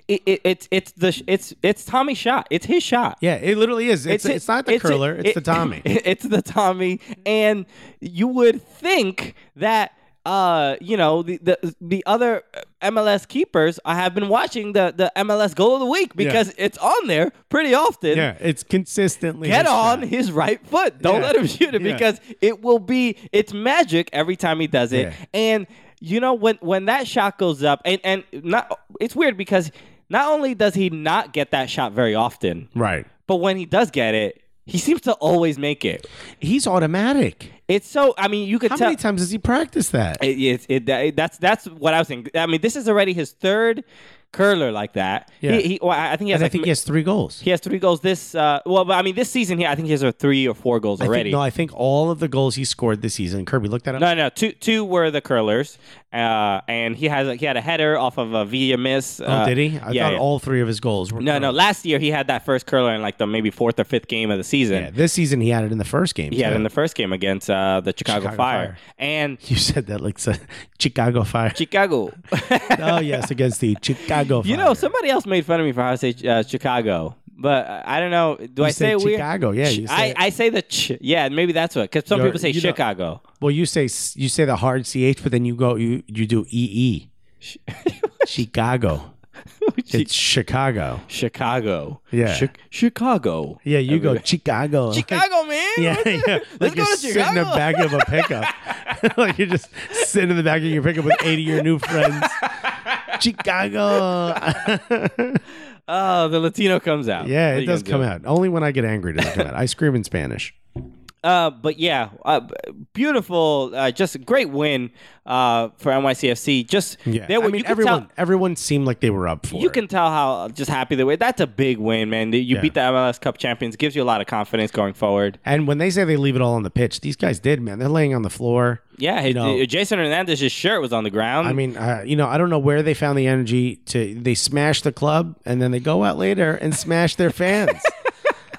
G: it, it, it's it's the sh- it's it's Tommy's shot. It's his shot.
A: yeah, it literally is. It's, it's, not the
G: it's a-
A: curler, it's
G: it-
A: the Tommy.
G: [LAUGHS] it's the Tommy, and you would think that uh, you know the, the the other MLS keepers I have been watching the the MLS goal of the week because it's on there pretty often.
A: yeah, it's consistently.
G: Get
A: his
G: on
A: shot.
G: his right foot. Don't
A: Yeah.
G: let him shoot it
A: Yeah.
G: because it will be it's magic every time he does it.
A: Yeah.
G: And you know when when that shot goes up and and not it's weird because not only does he not get that shot very often,
A: Right.
G: but when he does get it, he seems to always make it.
A: He's automatic.
G: It's so. I mean, you could
A: How
G: tell.
A: many times does he practice that?
G: It, it, it, that- that's that's what I was thinking. I mean, this is already his third curler like that.
A: Yeah.
G: He, he, well, I I think he has.
A: And I
G: like
A: think
G: m-
A: he has three goals.
G: he has three goals this. Uh, well, but I mean, this season here, I think he has uh, three or four goals
A: I
G: already.
A: think, no, I think all of the goals he scored this season. Kirby looked that up.
G: No, no, two two were the curlers, uh, and he has he had a header off of a via miss.
A: Oh,
G: uh,
A: did he? I
G: yeah,
A: thought
G: yeah.
A: all Oh. three of his goals were.
G: No, no. Last year he had that first curler in like the maybe fourth or fifth game of the season.
A: Yeah, this season he had it in the first game.
G: He had
A: too.
G: in the first game against uh, the Chicago,
A: Chicago
G: Fire.
A: Fire.
G: and
A: [LAUGHS] You said that like so, [LAUGHS] Chicago Fire.
G: Chicago. [LAUGHS]
A: oh yes, against the Chicago. Fire.
G: you know, somebody else made fun of me for how I say uh, Chicago, but uh, I don't know. Do I say
A: say
G: it weird?
A: Chicago, yeah, you say
G: I,
A: it.
G: I say the ch. Yeah, maybe that's what. Because some
A: You're-
G: people say
A: you know-
G: Chicago.
A: Well, you say you say the hard ch, but then you go you you do ee. [LAUGHS]
G: [LAUGHS]
A: Chicago. It's Chicago.
G: Chicago.
A: Yeah.
G: Chi- Chicago.
A: Yeah, you [LAUGHS] go
G: [LAUGHS]
A: Chicago.
B: Chicago, man.
A: [LAUGHS] Yeah, yeah.
B: Let's
A: like
B: go
A: you're
B: to
A: sitting in the
B: Chicago.
A: back of a pickup. [LAUGHS] like you're just sitting in the back of your pickup with 80 of your new
G: [LAUGHS]
A: friends. Chicago. [LAUGHS]
G: Oh, the Latino comes out.
A: yeah,
G: What are
A: it
G: you
A: does
G: gonna
A: come
G: do?
A: out. Only when I get angry does it come out. I scream in Spanish.
G: Uh, but yeah, uh, b- beautiful. Uh, just a great win uh, for NYCFC. Just
A: Yeah.
G: there
A: I
G: were-
A: mean,
G: you could tell-
A: everyone everyone seemed like they were up for
G: you
A: it.
G: can tell how just happy they were. That's a big win, man. You beat the MLS Cup champions. Gives you a lot of confidence going forward.
A: and when they say they leave it all on the pitch, these guys did, man. They're laying on the floor.
G: Yeah,
A: You
G: his-
A: know-
G: Jason Hernandez's shirt was on the ground.
A: I mean, uh, you know, I don't know where they found the energy to. They smash the club and then they go out later and smash their
G: [LAUGHS]
A: fans.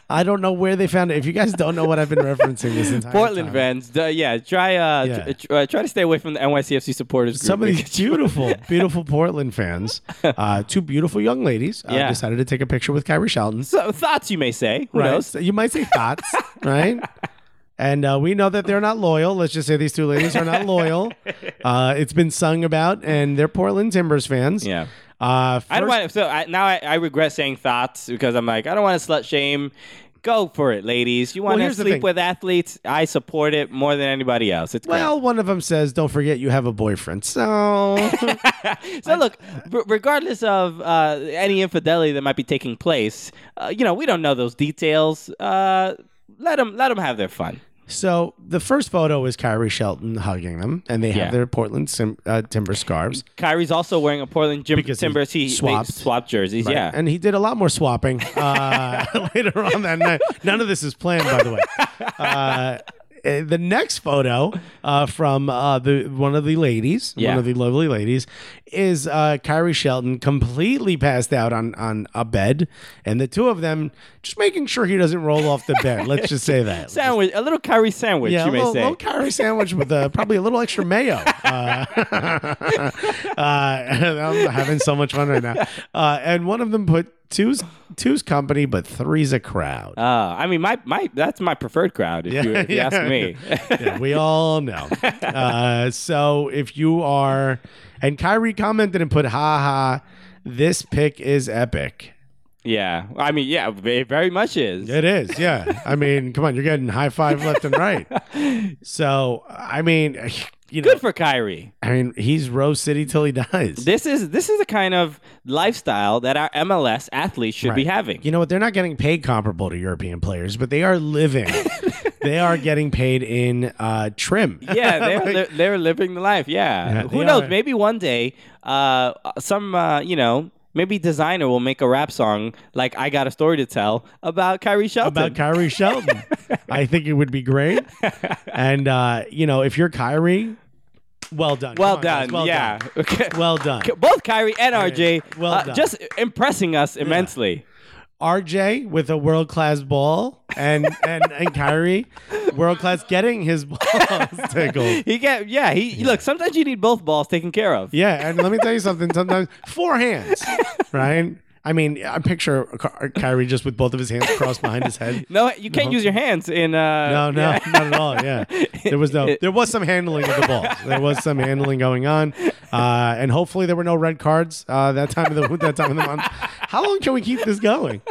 A: I don't know where they found it. If you guys don't know what I've been referencing this entire
G: Portland
A: time.
G: fans. duh, yeah, try uh,
A: Yeah.
G: tr- tr- uh, try to stay away from the NYCFC supporters. Group
A: Some of these
G: because-
A: beautiful, beautiful Portland
G: [LAUGHS]
A: fans, uh, two beautiful young ladies, uh,
G: Yeah.
A: decided to take a picture with Kyrie Shelton.
G: [LAUGHS] so, thoughts you may say. Who
A: right?
G: knows?
A: So you might say
G: [LAUGHS]
A: thoughts, right? And uh, we know that they're not loyal. Let's just say these two ladies are not
G: [LAUGHS]
A: loyal. Uh, it's been sung about, and they're Portland Timbers fans.
G: Yeah.
A: Uh,
G: I don't
A: first-
G: want. So I, now I, I regret saying thoughts because I'm like I don't want to slut shame. Go for it, ladies. You want to
A: here's the
G: sleep
A: thing.
G: with athletes? I support it more than anybody else. It's great.
A: Well, one of them says, "Don't forget you have a boyfriend."
G: [LAUGHS]
A: So
G: So look, r- regardless of uh, any infidelity that might be taking place, uh, you know we don't know those details. Uh, let them let them have their fun.
A: So the first photo is Kyrie Shelton hugging them, and they
G: Yeah.
A: have their Portland sim- uh, Timber scarves.
G: Kyrie's also wearing a Portland Jim-
A: Because he
G: Timbers he they
A: swapped.
G: swapped jerseys. Yeah,
A: And he did a lot more swapping
G: [LAUGHS]
A: uh, [LAUGHS] later on that night. None of this is planned, by the way. Uh, eh, the next photo uh, from uh, the one of the ladies,
G: Yeah.
A: one of the lovely ladies, is uh, Kyrie Shelton completely passed out on on a bed, and the two of them just making sure he doesn't roll off the bed. Let's just say
G: [LAUGHS]
A: that
G: sandwich a little Kyrie sandwich.
A: yeah,
G: you
A: a
G: may
A: little,
G: say.
A: little curry sandwich with uh, probably a little extra mayo. Uh, [LAUGHS] uh, [LAUGHS] I'm having so much fun right now. Uh, and one of them put two's two's company, but three's a crowd.
G: Uh, I mean, my, my that's my preferred crowd. If,
A: [LAUGHS]
G: you, if you ask me,
A: Yeah, we all know. Uh, so if you are, and Kyrie commented and put, "Ha ha, this pick is epic."
G: yeah. I mean, yeah, it very much is.
A: It is, yeah. I mean, come on, you're getting high five left and
G: [LAUGHS]
A: right. So I mean, you know,
G: Good for Kyrie.
A: I mean, he's Rose City till he dies.
G: This is this is the kind of lifestyle that our MLS athletes should be
A: Right.
G: having.
A: You know what? They're not getting paid comparable to European players, but they are
G: [LAUGHS]
A: living. they are getting paid in uh, trim. [LAUGHS]
G: yeah, they're, they're they're living the life. Yeah,
A: Yeah,
G: who
A: they
G: knows?
A: are.
G: Maybe one day, uh, some uh, you know, maybe designer will make a rap song like "I Got a Story to Tell" about Kyrie Shelton.
A: About Kyrie Shelton, I think it would be great. And uh, you know, if you're Kyrie, well done.
G: well
A: Come on, guys.
G: done. yeah,
A: done.
G: [LAUGHS] Okay.
A: Well done.
G: both Kyrie and RJ,
A: well
G: uh,
A: done.
G: just impressing us immensely.
A: RJ with a world class ball, and and and Kyrie, world class getting his balls [LAUGHS] tickled.
G: He get yeah. He look. Sometimes you need both balls taken care of.
A: Yeah, and let me tell you something. Sometimes four
G: [LAUGHS]
A: hands, right? I mean, I picture Ky- Kyrie just with both of his hands crossed behind his head.
G: No, you can't use your hands in. Uh,
A: No, no, not at all. Yeah, there was
G: [LAUGHS]
A: no, there was some handling of the ball. There was some handling going on, uh, and hopefully there were no red cards uh, that time of the that time of the month. How long can we keep this going?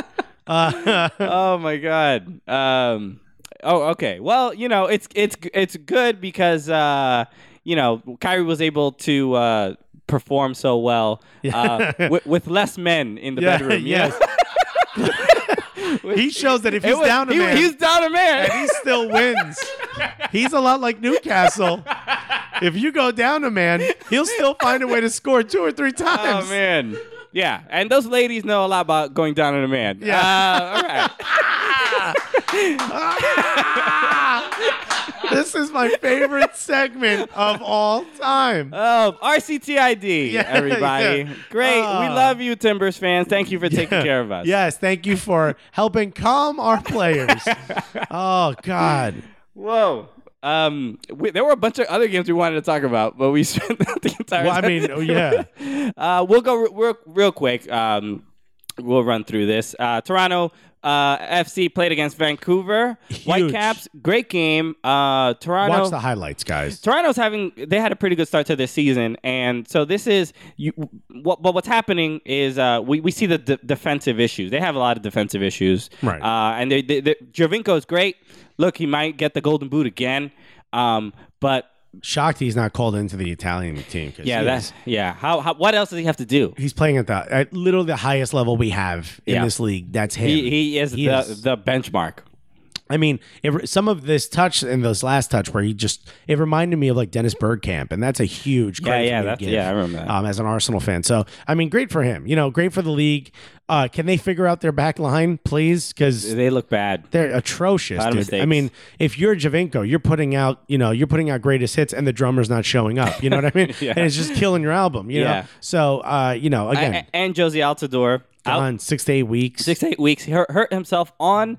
G: oh my god. Um. Oh, okay. Well, you know, it's it's it's good because uh, you know, Kyrie was able to uh perform so well uh,
A: [LAUGHS]
G: with, with less men in the
A: Yeah, [LAUGHS]
G: bedroom.
A: yes. [LAUGHS] He shows that if he's down a
G: he,
A: man,
G: He's down a man.
A: he still wins. He's a lot like Newcastle. If you go down a man, he'll still find a way to score two or three
G: oh
A: times.
G: man. Yeah, and those ladies know a lot about going down on a man. Yeah. all right.
A: this is my favorite segment of all time.
G: Oh,
A: [LAUGHS]
G: RCTID,
A: Yeah,
G: everybody.
A: yeah.
G: Great. we
A: Ah.
G: love you, Timbers fans. Thank you for taking
A: Yeah.
G: care of us.
A: Yes, thank you for helping calm our players. oh God.
G: Whoa. Um, we, there were a bunch of other games we wanted to talk about, but we [LAUGHS] spent the entire.
A: Well, I
G: time-
A: mean, oh, yeah.
G: [LAUGHS] Uh, we'll go re- real, real quick. Um, we'll run through this. Uh, Toronto uh, FC played against Vancouver Whitecaps. Great game. Uh, Toronto.
A: Watch the highlights, guys.
G: Toronto's having they had a pretty good start to their season, and so this is you. What, but what's happening is uh, we we see the de- defensive issues. They have a lot of defensive issues,
A: Right.
G: Uh, and they, they, they Jovinko is great. Look, he might get the golden boot again, um, but
A: Shocked he's not called into the Italian team. 'cause
G: yeah,
A: he
G: that's
A: is-
G: yeah. How, how what else does he have to do?
A: he's playing at the at literally the highest level we have in
G: Yeah.
A: this league. That's him.
G: He, he is
A: He
G: the
A: is-
G: the benchmark.
A: I mean, it, re- some of this touch and this last touch where he just it reminded me of like Dennis Bergkamp, and that's a huge credit
G: yeah,
A: for me to
G: that's-
A: give,
G: yeah, I remember that.
A: Um, as an Arsenal fan, so I mean, great for him. You know, great for the league. Uh, can they figure out their back line, please? Because
G: They look bad.
A: they're atrocious.
G: Lot of
A: dude.
G: mistakes.
A: I mean, if you're Javinko, you're putting out, you know, you're putting out greatest hits, and the drummer's not showing up. You know
G: [LAUGHS]
A: what I mean? And it's just killing your album. You
G: Yeah.
A: know. So, uh, you know, again,
G: A- and Josie Altador out
A: on six to eight weeks
G: six to eight weeks. He hurt, hurt himself on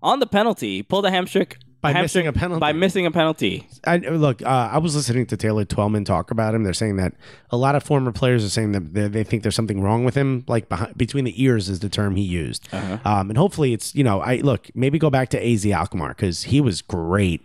G: on the penalty. He pulled a hamstring
A: By
G: hamstring-
A: missing a penalty.
G: By missing a penalty.
A: I, look, uh, I was listening to Taylor Twellman talk about him. They're saying that a lot of former players are saying that they, they think there's something wrong with him, like behind, between the ears is the term he used. Um, and hopefully, it's you know, I look maybe go back to AZ Alkmaar because he was great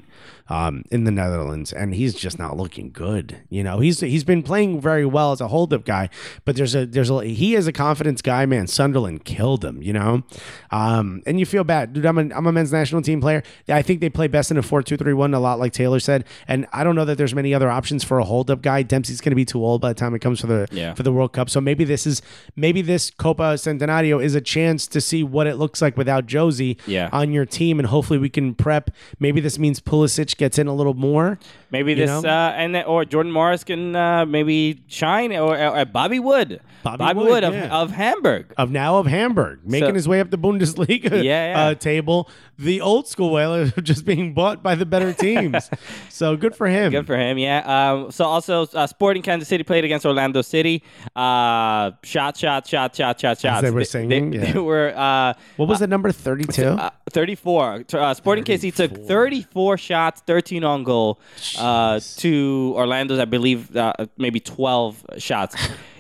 A: um, in the Netherlands, and he's just not looking good. You know, he's he's been playing very well as a holdup guy, but there's a there's a he is a confidence guy, man. Sunderland killed him, you know, um, and you feel bad, dude. I'm a I'm a men's national team player. I think they play best in a four two three one a lot, like Taylor said. And I don't know that there's many other options for a holdup guy. Dempsey's going to be too old by the time it comes for the
G: Yeah.
A: for the World Cup. So maybe this is maybe this Copa Centenario is a chance to see what it looks like without Josie
G: Yeah.
A: on your team, and hopefully we can prep. Maybe this means Pulisic gets in a little more.
G: Maybe
A: You
G: this
A: know?
G: uh, and then, or Jordan Morris can uh, maybe shine or, or Bobby Wood,
A: Bobby
G: Wood,
A: Wood,
G: of,
A: yeah.
G: of Hamburg.
A: of now of Hamburg, making
G: So-
A: his way up the Bundesliga
G: Yeah, yeah.
A: Uh, table. The old school whalers are [LAUGHS] just being bought by the better
G: [LAUGHS]
A: teams. so good for him.
G: Good Uh, for him, yeah. Um, so also, uh, Sporting Kansas City played against Orlando City. Uh, shot, shot, shot, shot, shot, shot.
A: they were singing,
G: [LAUGHS] they,
A: yeah.
G: they were uh,
A: what was the number thirty-two?
G: uh, 34. T- Uh, Sporting KC took 34 shots, 13 on goal uh, to Orlando's, I believe, uh, maybe 12
A: [LAUGHS]
G: shots.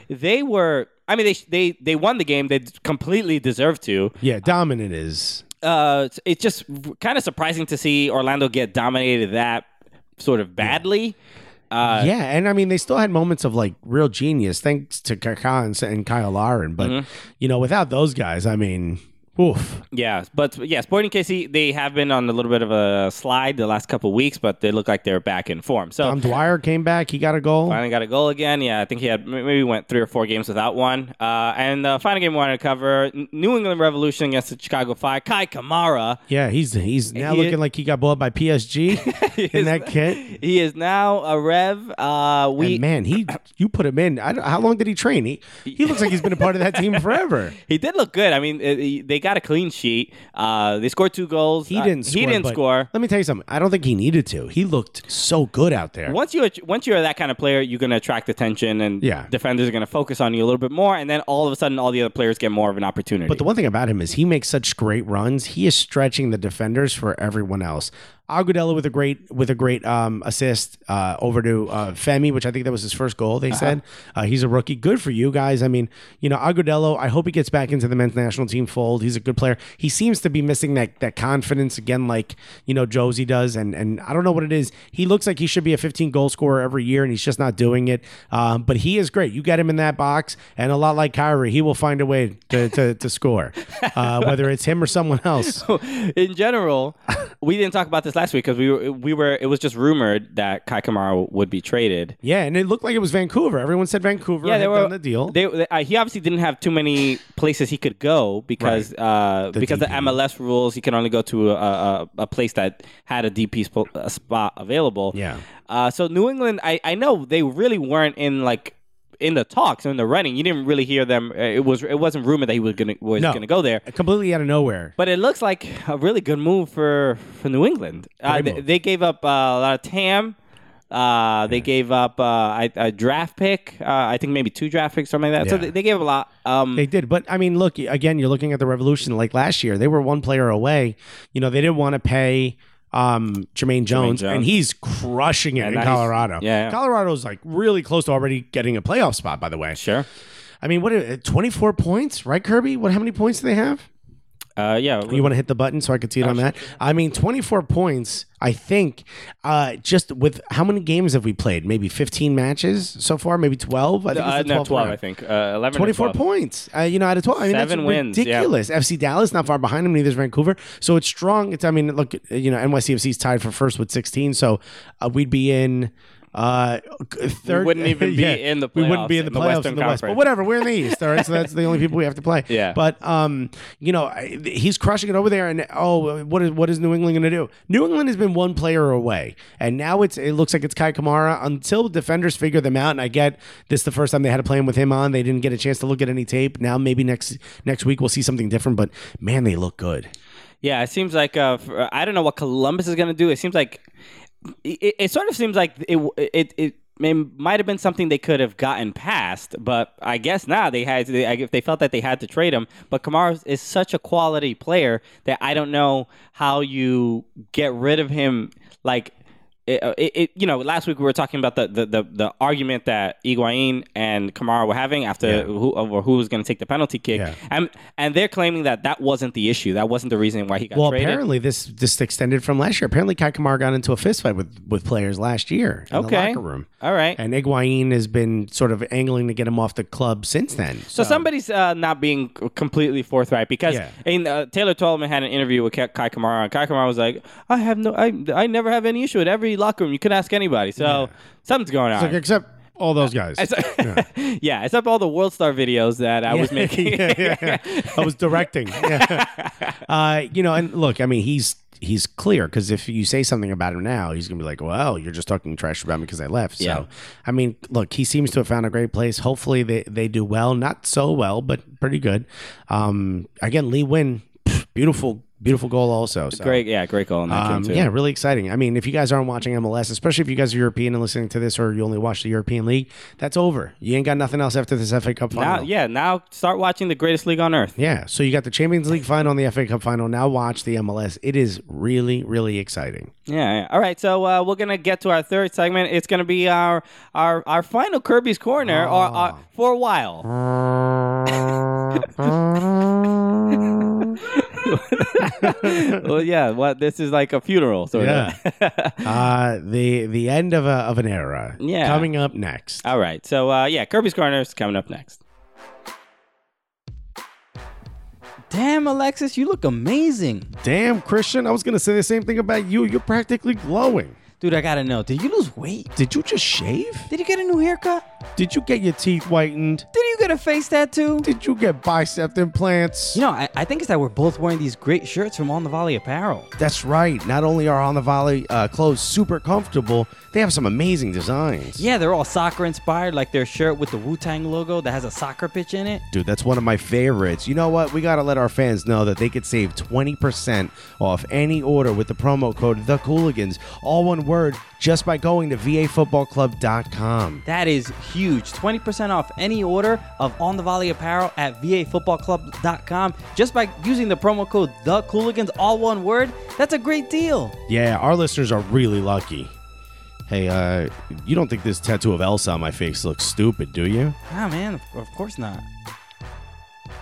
G: they were. I mean, they they they won the game. They completely deserved to.
A: yeah, dominant is
G: Uh, it's- it's just kind of surprising to see Orlando get dominated that sort of badly. Uh,
A: yeah, and I mean they still had moments of like real genius thanks to Kaká and, and Kyle Lauren, but you know without those guys, I mean, oof.
G: Yeah, Mm-hmm. but yeah, Sporting KC they have been on a little bit of a slide the last couple of weeks, but they look like they're back in form. So
A: Tom Um, Dwyer came back, he got a goal.
G: Finally got a goal again. Yeah, I think he had m- maybe went three or four games without one. Uh, and the final game we wanted to cover: N- New England Revolution against the Chicago Fire. Kai Kamara.
A: Yeah, he's he's now
G: He-
A: looking like he got bought by
G: [LAUGHS]
A: PSG in that kit.
G: He is now a Rev. Uh, we
A: and man, he you put him in. I don't, how long did he train? He he looks like he's been a part of that team forever.
G: he did look good. I mean, uh, he- they got a clean sheet. Uh, they scored two goals.
A: [LAUGHS] He
G: Uh,
A: didn't. Score,
G: he didn't
A: but
G: score.
A: Let me tell you something. I don't think he needed to. He looked so good out there.
G: Once you once you're that kind of player, you're gonna attract attention, and
A: Yeah.
G: defenders are gonna focus on you a little bit more, and then all of a sudden, all the other players get more of an opportunity.
A: But the one thing about him is he makes such great runs. He is stretching the defenders for everyone else. Agudelo with a great with a great um, assist uh, over to uh, Femi, which I think that was his first goal. They
G: Uh-huh.
A: said uh, he's a rookie. Good for you guys. I mean, you know, Agudelo. I hope he gets back into the men's national team fold. He's a good player. He seems to be missing that that confidence again, like you know Josie does. And and I don't know what it is. He looks like he should be a 15 goal scorer every year, and he's just not doing it. Um, but he is great. You get him in that box, and a lot like Kyrie, he will find a way to to, to score,
G: [LAUGHS]
A: uh, whether it's him or someone else.
G: in
A: [LAUGHS]
G: general, we didn't talk about this last week because we were we were it was just rumored that Kai Kamara would be traded.
A: Yeah, and it looked like it was Vancouver. Everyone said Vancouver.
G: Yeah,
A: Yeah,
G: they
A: they
G: were
A: done the deal.
G: They, they- uh, he obviously didn't have too many places he could go because uh, because the
A: DP.
G: MLS rules, he can only go to a, a, a place that had a DP sp- a spot available.
A: Yeah.
G: Uh, so New England, I, I know they really weren't in like in the talks in the running. You didn't really hear them. Uh, It was it wasn't rumored that he was gonna was
A: No.
G: gonna go there.
A: completely out of nowhere.
G: But it looks like a really good move for, for New England. Uh,
A: Great
G: they,
A: move.
G: they gave up uh, a lot of Tam. Uh, they gave up uh, I- a, draft pick. Uh, I think maybe two draft picks, something like that. So
A: Yeah.
G: they, they gave a lot. Um,
A: They did, but I mean, look again. You're looking at the Revolution like last year. They were one player away. You know, they didn't want to pay um, Jermaine, Jones,
G: Jones.
A: and he's crushing it in
G: now he's-
A: Colorado.
G: yeah.
A: Colorado's like really close to already getting a playoff spot. By the way,
G: sure.
A: I mean, what? are- 24 points, right, Kirby? What? How many points do they have?
G: Uh, yeah.
A: You want to hit the button so I can see it on that? I mean, 24 points, I think, uh, just with how many games have we played? Maybe 15 matches so far, maybe 12? I think
G: uh,
A: it's the
G: no,
A: 12th
G: twelve.
A: round.
G: I think uh, eleven. or
A: 24
G: 12.
A: points. Uh, you know, out of 12. I mean,
G: Seven
A: that's
G: wins, yeah.
A: ridiculous. FC Dallas not far behind them, neither is Vancouver. So it's strong. It's, I mean, look, you know, NYCFC is tied for first with 16. So uh, we'd be in. Uh, third.
G: wouldn't
A: [LAUGHS]
G: even be in the
A: We wouldn't be in the
G: playoffs in the
A: playoffs
G: Western
A: in the West. But
G: Conference.
A: whatever, we're in the East, all right. So that's the only people we have to play.
G: Yeah.
A: But um, you know, I- he's crushing it over there. And oh, what is what is New England going to do? New England has been one player away, and now it's it looks like it's Kai Kamara until defenders figure them out. And I get this is the first time they had a plan with him on. They didn't get a chance to look at any tape. Now maybe next next week we'll see something different. But man, they look good.
G: Yeah, it seems like uh, f- uh, I don't know what Columbus is going to do. It seems like it, it sort of seems like it it it, it might have been something they could have gotten past, but I guess now they had they, I- if they felt that they had to trade him. But Kamara is such a quality player that I don't know how you get rid of him. Like it, uh, it, it you know, last week we were talking about the the, the, the argument that Iguain and Kamara were having after who uh, over who was going to take the penalty kick,
A: Yeah.
G: and and they're claiming that that wasn't the issue, that wasn't the reason why he got
A: Well,
G: traded.
A: apparently this just extended from last year. Apparently Kai Kamara got into a fist fight with with players last year in
G: Okay.
A: the locker room.
G: All right.
A: And Iguain has been sort of angling to get him off the club since then.
G: So, somebody's uh, not being c- completely forthright because
A: Um, Yeah.
G: in, uh, Taylor Twelman had an interview with Ka- Kai Kamara, and Kai Kamara was like, "I have no, I, I never have any issue at every locker room. You could ask anybody. So something's going on."
A: Like, except all those guys.
G: yeah. except all the World Star videos that [LAUGHS] I was making.
A: [LAUGHS] yeah, yeah, yeah. I was directing.
G: [LAUGHS]
A: Yeah. Uh, you know, and look, I mean, he's he's clear because if you say something about him now, he's gonna be like, "Well, you're just talking trash about me because I left." So,
G: Yeah.
A: I mean, look, he seems to have found a great place. Hopefully, they they do well. Not so well, but pretty good. Um, again, Lee Win, beautiful, beautiful goal also. So.
G: Great, yeah, great goal in that
A: Um,
G: game too.
A: yeah, really exciting. I mean, if you guys aren't watching MLS, especially if you guys are European and listening to this, or you only watch the European League, that's over. You ain't got nothing else after this FA Cup
G: Now,
A: final.
G: yeah, now start watching the greatest league on earth.
A: Yeah, so you got the Champions League final and the FA Cup final. Now watch the MLS. It is really, really
B: [SIGHS]
A: exciting.
G: Yeah. yeah. All right. So uh, we're gonna get to our third segment. It's gonna be our our, our final Kirby's corner, or our, for a while. well, yeah. Well, this is like a funeral, sort
A: Yeah.
G: of.
A: uh, the the end of a, of an era.
G: Yeah.
A: coming up next.
G: [LAUGHS] All right. So uh, yeah, Kirby's corner is coming up next.
B: Damn, Alexis, you look amazing.
A: Damn, Christian, I was gonna say the same thing about you. You're practically glowing.
B: Dude, I gotta know. Did you lose weight?
A: Did you just shave?
B: Did you get a new haircut?
A: Did you get your teeth whitened?
B: Did you get a face tattoo?
A: Did you get bicep implants?
B: You know, I, I think it's that we're both wearing these great shirts from On the Volley Apparel.
A: That's right. Not only are on the volley uh, clothes super comfortable, they have some amazing designs.
B: Yeah, they're all soccer inspired, like their shirt with the Wu Tang logo that has a soccer pitch in it.
A: Dude, that's one of my favorites. You know what? We got to let our fans know that they could save 20% off any order with the promo code The Cooligans, all one word, just by going to vafootballclub.com.
B: That is huge. 20% off any order of On the Volley apparel at vafootballclub.com just by using the promo code The Cooligans, all one word. That's a great deal.
A: Yeah, our listeners are really lucky. Hey, uh, you don't think this tattoo of Elsa on my face looks stupid, do you?
B: Ah, man, of- of course not.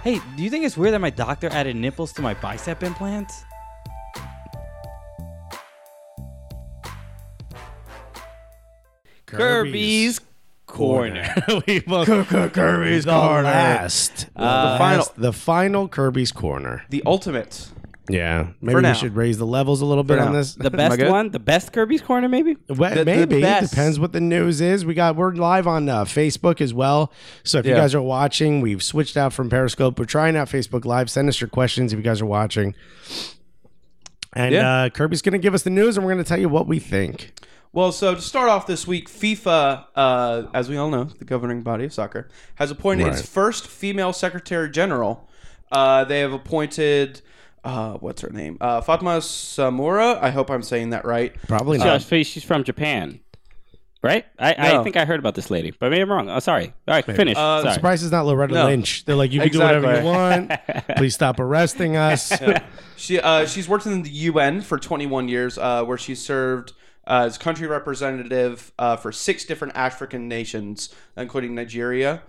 B: Hey, do you think it's weird that my doctor added nipples to my bicep implants?
G: Kirby's corner.
A: [LAUGHS] we both, Kirby's the
C: corner.
A: Last, the final, the final Kirby's corner.
C: The ultimate.
A: Yeah, maybe
C: For
A: we
C: now.
A: should raise the levels a little bit
C: For
A: on
C: now.
A: this.
C: [LAUGHS]
G: The best
C: good?
G: one, the best Kirby's corner, maybe.
A: Well,
C: The- the
A: maybe
C: best.
A: depends what the news is. We got we're live on uh, Facebook as well. So if you
C: Yeah.
A: guys are watching, we've switched out from Periscope. We're trying out Facebook Live. Send us your questions if you guys are watching. And
C: Yeah.
A: uh, Kirby's going to give us the news, and we're going to tell you what we think.
C: Well, so to start off this week, FIFA, uh, as we all know, the governing body of soccer, has appointed its
A: Right.
C: first female secretary general. Uh, they have appointed. Uh, what's her name? Uh, Fatma Samura. I hope I'm saying that right.
A: Probably
G: So
A: not.
G: Oh, she's- she's from Japan, right? I, I
C: No.
G: think I heard about this lady, but maybe I'm wrong. Oh, sorry. All right, finish. sorry.
A: Surprise is not Loretta
C: No.
A: Lynch. They're like, you can do whatever you
C: [LAUGHS]
A: want. Please stop arresting us.
C: She uh, she's worked in the UN for 21 years, uh, where she served uh, as country representative uh, for six different African nations, including Nigeria.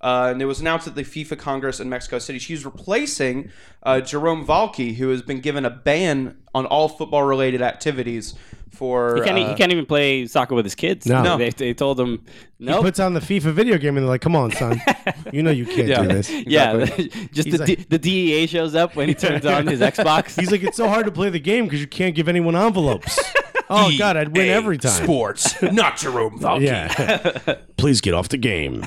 C: Uh, and it was announced at the FIFA Congress in Mexico City. She's replacing uh, Jerome Valky, who has been given a ban on all football-related activities for.
G: He can't, e-
C: uh,
G: he can't even play soccer with his kids.
A: No. No.
G: They, they told him, nope.
A: Puts on the FIFA video game and they're like, come on, son. You know you can't do this.
G: [LAUGHS] yeah, just the,
A: He's
G: D- the DEA shows up when he
A: [LAUGHS]
G: turns on his Xbox.
A: He's like, it's so hard to play the game because you can't give anyone
C: [LAUGHS]
A: envelopes. oh, God, I'd win every time.
C: E Sports, not Jerome Valky.
A: Yeah.
C: [LAUGHS]
A: Please get off the game.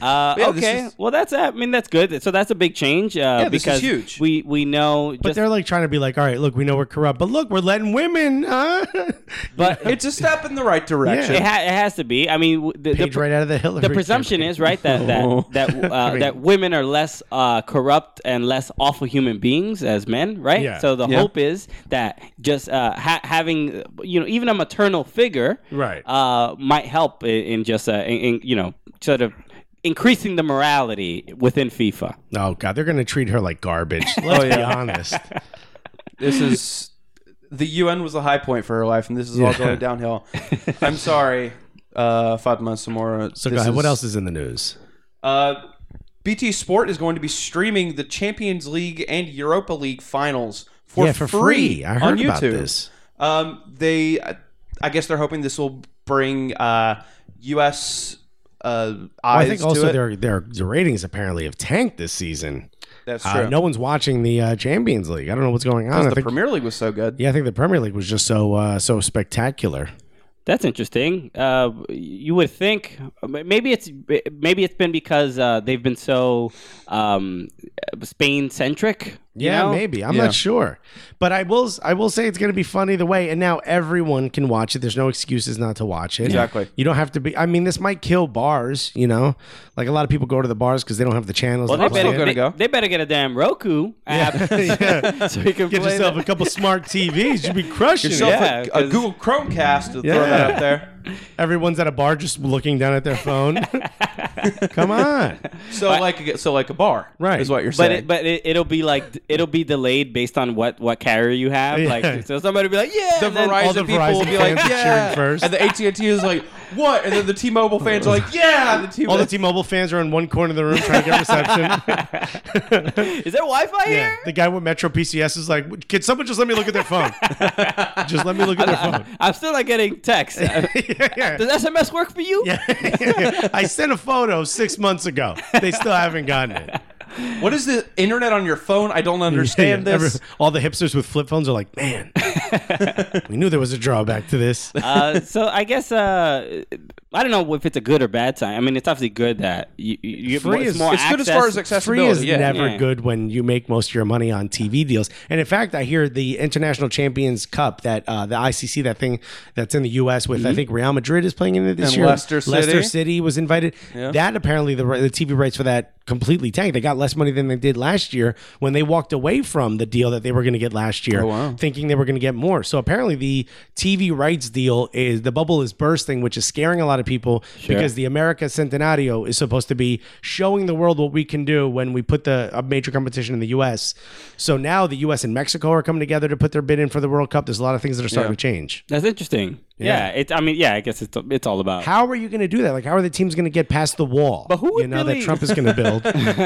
C: Yeah, this
G: okay,
C: is-
G: well that's I mean that's good. So that's a big change. Uh,
C: this is
G: because
C: huge.
G: We we know,
A: But
G: just,
A: they're like trying to be like, all right, look, we know we're corrupt, but look, we're letting women. [LAUGHS] Uh,
G: but it,
C: it's a step in the right direction.
A: Yeah.
G: ha- it has to be. I mean, w- the, the,
A: page right out of the Hillary.
G: the presumption
A: campaign.
G: is right that that that uh,
A: mean-
G: that women are less uh, corrupt and less awful human beings as men, right?
A: Yeah.
G: So the
C: Yeah.
G: hope is that just uh, ha- having you know even a maternal figure,
A: Right.
G: uh, might help in, in just uh, in, in, you know sort of increasing the morality within FIFA.
A: Oh God, they're gonna treat her like
G: [LAUGHS]
A: garbage.
G: Oh,
A: Let's be honest.
C: this is the UN was the high point for her life, and this is all going downhill. I'm sorry, uh, Fatma Samora.
A: So go ahead. What else is in the news?
C: Uh, BT Sport is going to be streaming the Champions League and Europa League finals for,
A: yeah, for free. I
C: on
A: heard
C: YouTube.
A: about this.
C: Um, they, I guess they're hoping this will bring uh, U.S. Uh, eyes
A: Well, I think
C: to
A: also
C: it.
A: their their the ratings apparently have tanked this season.
C: That's true.
A: Uh, no one's watching the uh, Champions League. I don't know what's going on. I
C: the
A: think-
C: Premier League was so good.
A: yeah, I think the Premier League was just so uh, so spectacular.
G: That's interesting. Uh, you would think maybe it's maybe it's been because uh, they've been so um, Spain centric.
A: Yeah, maybe. I'm not sure, but I will. I will say it's going to be fun either way. And now everyone can watch it. There's no excuses not to watch it.
C: Exactly.
A: You don't have to be. I mean, this might kill bars. You know, like a lot of people go to the bars because they don't have the channels.
G: Well,
A: to
G: they
A: play
G: better,
A: it.
C: gonna
G: they,
C: go.
G: they better get a damn Roku
A: [LAUGHS]
C: [LAUGHS]
G: app so you can
A: Get
G: play
A: yourself
G: that.
A: a couple smart TVs. You'd be crushing it.
C: Yourself a-
G: Yeah,
C: a,
G: 'cause-
C: Google Chromecast to throw that up there.
A: Everyone's at a bar just looking down at their phone. [LAUGHS] Come on.
C: So like so like a bar,
A: Right.
C: Is what you're
G: But
C: saying.
G: it, but it, it'll be like it'll be delayed based on what what carrier you have.
A: Yeah.
G: Like so somebody will be like yeah.
C: the
G: and then-
C: Verizon
A: the
C: people will
A: Verizon
C: be like,
A: fans are cheering
C: yeah,
A: first.
C: and the AT and T is like, what? And then the T-Mobile fans are like, yeah. The T-Mobile.
A: All the T-Mobile fans are in one corner of the room trying to
C: [LAUGHS]
A: get reception.
G: is there Wi-Fi here?
A: The guy with Metro PCS is like, "Can someone just let me look at their
C: [LAUGHS]
A: phone? just let me look at their phone."
G: I'm still not getting text. Does
A: [LAUGHS] Yeah.
G: SMS work for you?
A: [LAUGHS] I sent a photo six months ago. They still haven't gotten it.
C: what is the internet on your phone? I don't [LAUGHS] understand [LAUGHS]
A: Yeah, yeah.
C: this.
A: Every- all the hipsters with flip phones are like,
C: [LAUGHS]
A: man, we knew there was a drawback to this.
G: uh, [LAUGHS] so I guess uh, I don't know if it's a good or bad sign. I mean, it's obviously good that you, you you get
A: Free
G: more, it's
A: is-
G: more
C: it's good as far as
G: access.
C: accessibility.
A: Free is
C: yeah.
A: never
G: Yeah.
A: good when you make most of your money on TV deals. And in fact, I hear the International Champions Cup that uh, the ICC, that thing that's in the U.S. with I think Real Madrid is playing in it this
C: Mm-hmm. And
A: year.
C: Leicester City.
A: Leicester City was invited. That apparently the, the TV rights for that completely tanked. They got less money than they did last year when they walked away from the deal that they were going to get last year, thinking they were going to get more. So apparently the TV rights deal is the bubble is bursting, which is scaring a lot of people because the America Centenario is supposed to be showing the world what we can do when we put the a major competition in the U.S. So now the U.S. and Mexico are coming together to put their bid in for the World Cup. There's a lot of things that are starting to change.
G: That's interesting. Yeah. It. I mean, yeah. I guess it's it's all about.
A: How are you going to do that? Like, how are the teams going to get past the wall? But
G: who would
A: you know
G: really-
A: that Trump is going to build?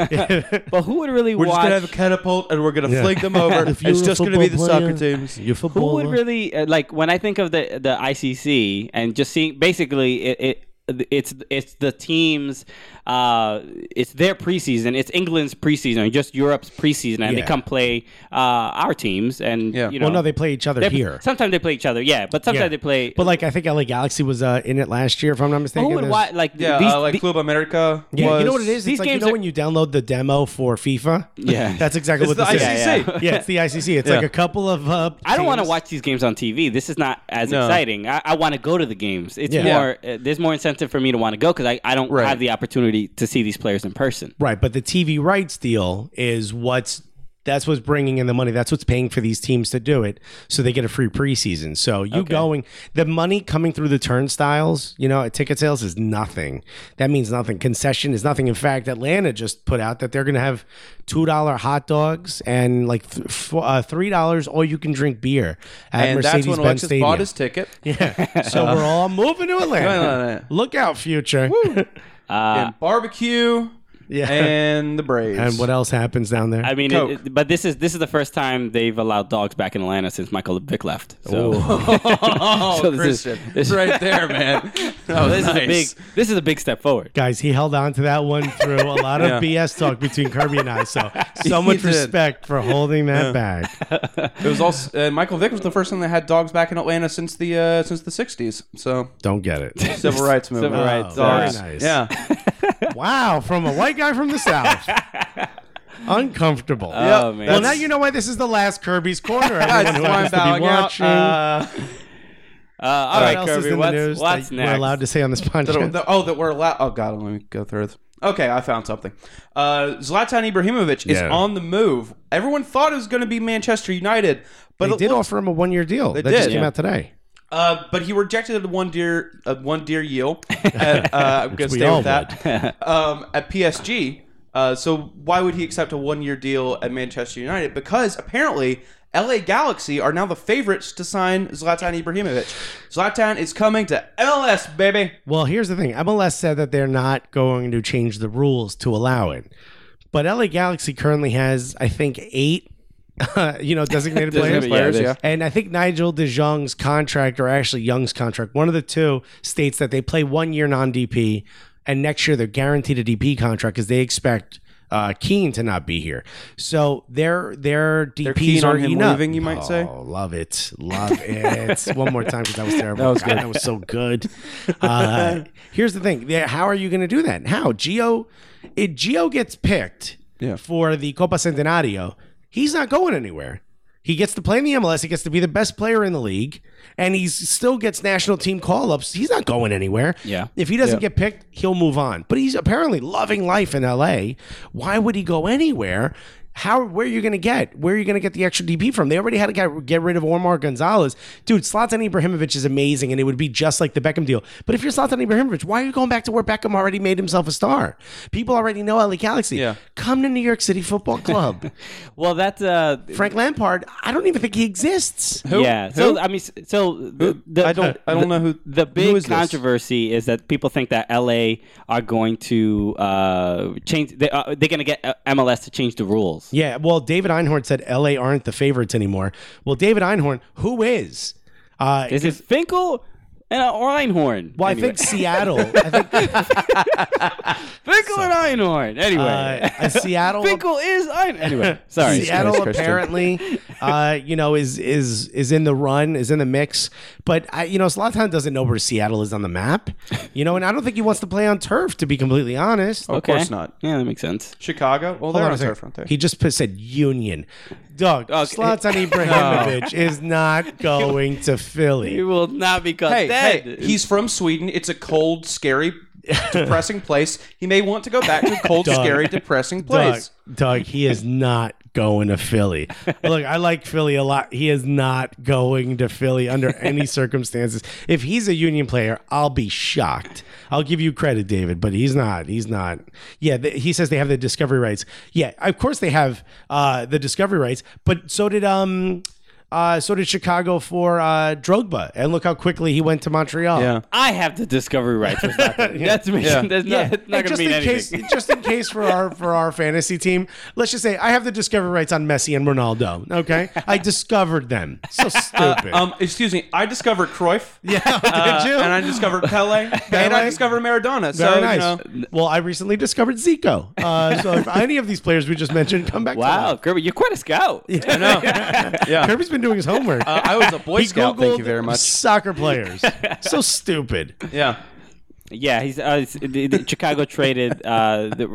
G: but who would really
C: We're just
G: watch?
C: gonna have a catapult, and we're gonna fling them over.
A: [LAUGHS] If you're
C: it's
A: a
C: just gonna be the
A: football
C: soccer
A: player,
C: teams.
A: Your
G: who
A: football.
G: would really uh, like when I think of the the ICC and just seeing basically it. it it's it's the teams, uh, it's their preseason. It's England's preseason, or just Europe's preseason, and
A: Yeah.
G: they come play uh, our teams. And
C: Yeah.
G: you know,
A: Well, no, they play each other
G: they-
A: here.
G: Sometimes they play each other, yeah, but sometimes
A: Yeah.
G: they play.
A: But like I think LA Galaxy was uh, in it last year, if I'm not mistaken.
G: who would
A: There's-
G: watch? Like
C: Yeah,
G: these,
C: uh, like
G: the-
C: Club America.
A: Yeah, you know
C: was-
A: what it is?
G: These
A: It's like you
G: games
A: know
G: are-
A: when you download the demo for FIFA.
G: Yeah.
A: that's exactly
C: It's
A: what
C: the
A: this is.
C: ICC.
G: Yeah,
A: Yeah, it's the ICC. It's
C: Yeah.
A: like a couple of. Uh,
G: I don't want to
A: teams.
G: watch these games on TV. This is not as
C: No.
G: exciting. I, I want to go to the games. It's
A: Yeah.
G: more uh, there's more incentive for me to want to go because I, I don't
C: Right.
G: have the opportunity to see these players in person.
A: Right, but the TV rights deal is what's that's what's bringing in the money. That's what's paying for these teams to do it, so they get a free preseason. So you going the money coming through the turnstiles, you know, at ticket sales is nothing. That means nothing. Concession is nothing. In fact, Atlanta just put out that they're going to have two dollar hot dogs and like th- f- uh, three dollars all you can drink beer at
C: And that's when
A: Mercedes-Benz
C: Alexis
A: Stadium.
C: bought his ticket. [LAUGHS]
A: yeah, so we're all moving to
C: Atlanta.
A: Atlanta. Look out, future.
C: and Uh, barbecue.
A: Yeah.
C: And the Braves.
A: And
C: [LAUGHS]
A: what else happens down there?
G: I mean,
C: Coke.
G: it, it- but this is this is the first time they've allowed dogs back in Atlanta since Michael Vick left. So,
C: Oh,
A: [LAUGHS]
G: So this is-
C: Christian,
G: this is-
C: right there, man.
G: So this is
C: nice.
G: a big this is a big step forward.
A: Guys, he held on to that one through a
G: [LAUGHS]
A: lot of
C: Yeah.
A: BS talk between Kirby and I. So, so much
C: did.
A: respect for holding that back.
C: It was also uh, Michael Vick was the first one that had dogs back in Atlanta since the uh, since the '60s. So
A: Don't get it.
C: civil rights movement.
G: Civil
A: rights,
C: Dogs.
A: very nice.
C: Yeah.
A: [LAUGHS] Wow, from a white guy from the
G: [LAUGHS]
A: South. Uncomfortable.
G: Oh man.
A: well, now you know why this is the last Kirby's Corner.
G: [LAUGHS]
A: Everyone
C: That's
A: who
C: why I'm
A: happens to be
C: bowing out.
A: watching.
C: Uh,
G: Uh, all
A: what
G: right,
A: else is
G: Kirby.
A: in
G: What's,
A: the news
G: what's
A: that
G: next?
A: we're allowed to say on this
C: that are-
A: podcast?
C: that- oh, that we're allowed. Oh God, let me go through. This. Okay, I found something. Uh, Zlatan Ibrahimovic is
A: Yeah.
C: on the move. Everyone thought it was going to be Manchester United, but
A: they
C: it
A: did
C: looks-
A: offer him a one-year deal. that just
C: did.
A: came
C: Yeah.
A: out today.
C: Uh, but he rejected a one deer a one
A: [LAUGHS]
C: deer yield. uh, uh, I'm gonna
A: we
C: stay
A: all [LAUGHS]
C: with that. um, at PSG. Uh, so why would he accept a one year deal at Manchester United? Because apparently. LA Galaxy are now the favorites to sign Zlatan Ibrahimovic. Zlatan is coming to MLS, baby.
A: Well, here's the thing. MLS said that they're not going to change the rules to allow it. But LA Galaxy currently has, I think, eight, uh, you know, designated players.
G: [LAUGHS] Designated players, yeah.
A: And I think Nigel De Jong's contract, or actually Young's contract, one of the two states that they play one year non-DP, and next year they're guaranteed a DP contract because they expect uh, Keane to not be here. So their their DPs
C: keen on
A: are
C: him
A: enough.
C: leaving, you might say?
A: Oh, love it, love it.
C: [LAUGHS]
A: one more time because that was terrible. That was good. That was so good. Uh, here's the thing: Yeah, how are you going to do that? How Gio? If Gio gets picked
C: Yeah.
A: for the Copa Centenario, he's not going anywhere. He gets to play in the MLS. He gets to be the best player in the league, and he still gets national team call ups. He's not going anywhere.
G: Yeah.
A: If he doesn't get picked, he'll move on. But he's apparently loving life in LA. Why would he go anywhere? How? Where are you going to get? Where are you going to get the extra DP from? They already had a guy get rid of Omar Gonzalez, dude. Slatan Ibrahimovic is amazing, and it would be just like the Beckham deal. But if you're Slatan Ibrahimovic, why are you going back to where Beckham already made himself a star? People already know LA Galaxy.
C: Yeah.
A: Come to New York City Football
G: [LAUGHS]
A: Club.
G: well, that's uh,
A: Frank Lampard, I don't even think he exists.
G: yeah. So I mean, s- so the, the,
C: I don't. I don't know who
G: the big
C: who is this?
G: controversy is that people think that LA are going to uh, change. They, uh, they're going to get uh, MLS to change the rules.
A: [LAUGHS] Yeah, well, David Einhorn said LA aren't the favorites anymore. Well, David Einhorn, who is? Uh,
G: Is it Finkel and uh, Einhorn?
A: well, I
G: Anyway.
A: think Seattle. I think
G: Finkel and Einhorn. Anyway,
A: uh, uh, Seattle.
G: [LAUGHS] Finkel is Einhorn.
C: [LAUGHS]
G: Anyway, sorry.
A: Seattle apparently, uh, you know, is is is in the run, is in the mix. But I, you know, Zlatan doesn't know where Seattle is on the map, you know, and I don't think he wants to play on turf. To be completely honest,
C: Of course not.
G: Yeah, that makes
C: [LAUGHS]
G: sense.
C: Chicago. Well,
A: Hold
C: they're
A: on
C: on
A: a
C: a
A: second.
C: turf front there.
A: He just put, said union. Doug, Zlatan Ibrahimovic is not going to
G: He
A: Philly.
G: will not be caught
C: Hey,
G: dead.
C: hey, he's from Sweden. It's a
A: [LAUGHS]
C: cold, scary, depressing place. He may want to go back to a cold,
A: Doug.
C: scary, depressing
A: Doug,
C: place.
A: Doug, he is not going to Philly. Look, I like Philly a lot. He is not going to Philly under any circumstances. If he's a union player, I'll be shocked. I'll give you credit, David, but he's not. He's not. Yeah, th- he says they have the discovery rights. Yeah, of course they have uh, the discovery rights, but so did um Uh, so did Chicago for uh, Drogba, and look how quickly he went to Montreal.
C: Yeah.
G: I have the discovery rights.
C: [LAUGHS]
G: It's not gonna- That's me.
C: Yeah. [LAUGHS]
G: That's not, that's not
A: and
G: gonna
A: just
G: mean
A: in
G: anything.
A: case, just in case for our for our fantasy team, let's just say I have the discovery rights on Messi and Ronaldo. Okay, I discovered them.
C: [LAUGHS]
A: So stupid.
C: Um, excuse me. I discovered
A: [LAUGHS]
C: Cruyff. Yeah, did you? And I discovered Pele, and I
A: Pele.
C: discovered Maradona. So
A: Very
C: you
A: nice.
C: know,
A: Well, I recently discovered Zico. Uh, so
C: [LAUGHS]
A: if any of these players we just mentioned come back,
G: Wow,
A: to
G: Kirby, you're quite a scout.
C: I know.
A: life. Kirby's been doing his homework.
C: Uh, I was a Boy
A: he
C: Scout. Thank you
A: Googled
C: very
A: [LAUGHS]
C: much.
A: Soccer
C: [LAUGHS]
A: players. so stupid.
C: Yeah.
G: Yeah, he's uh, it's- the, the Chicago traded. Uh, the,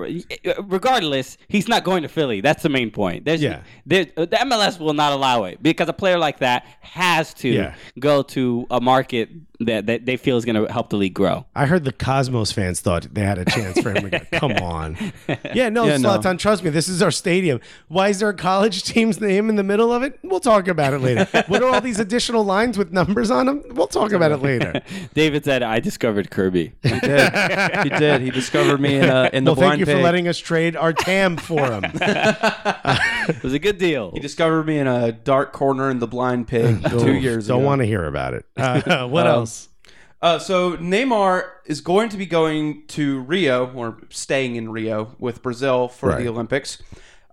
G: regardless, he's not going to Philly. That's the main point. There's,
A: Yeah.
G: there- uh, the MLS will not allow it because a player like that has to
A: Yeah.
G: go to a market that, that they feel is going to help the league grow.
A: I heard the Cosmos fans thought they had a chance for him. to
C: [LAUGHS]
A: go. Come on. Yeah, no,
C: Yeah, no.
A: Zlatan, trust me, this is our stadium. Why is there a college team's [LAUGHS] name in the middle of it? We'll talk about it
C: [LAUGHS]
A: later. what are all these additional lines with numbers on them? We'll talk about it
C: [LAUGHS]
A: later.
G: David said, "I discovered Kirby."
C: He did. He did. He discovered me in, uh, in the
A: Well, thank
C: blind
A: you for
C: pig.
A: letting us trade our TAM for him.
G: It was a good deal.
C: he discovered me in a dark corner in the blind pig
A: [LAUGHS]
C: [LAUGHS] two years
A: Don't
C: ago.
A: want to hear about it. Uh, what else?
C: Uh, so Neymar is going to be going to Rio or staying in Rio with Brazil for
A: Right.
C: the Olympics.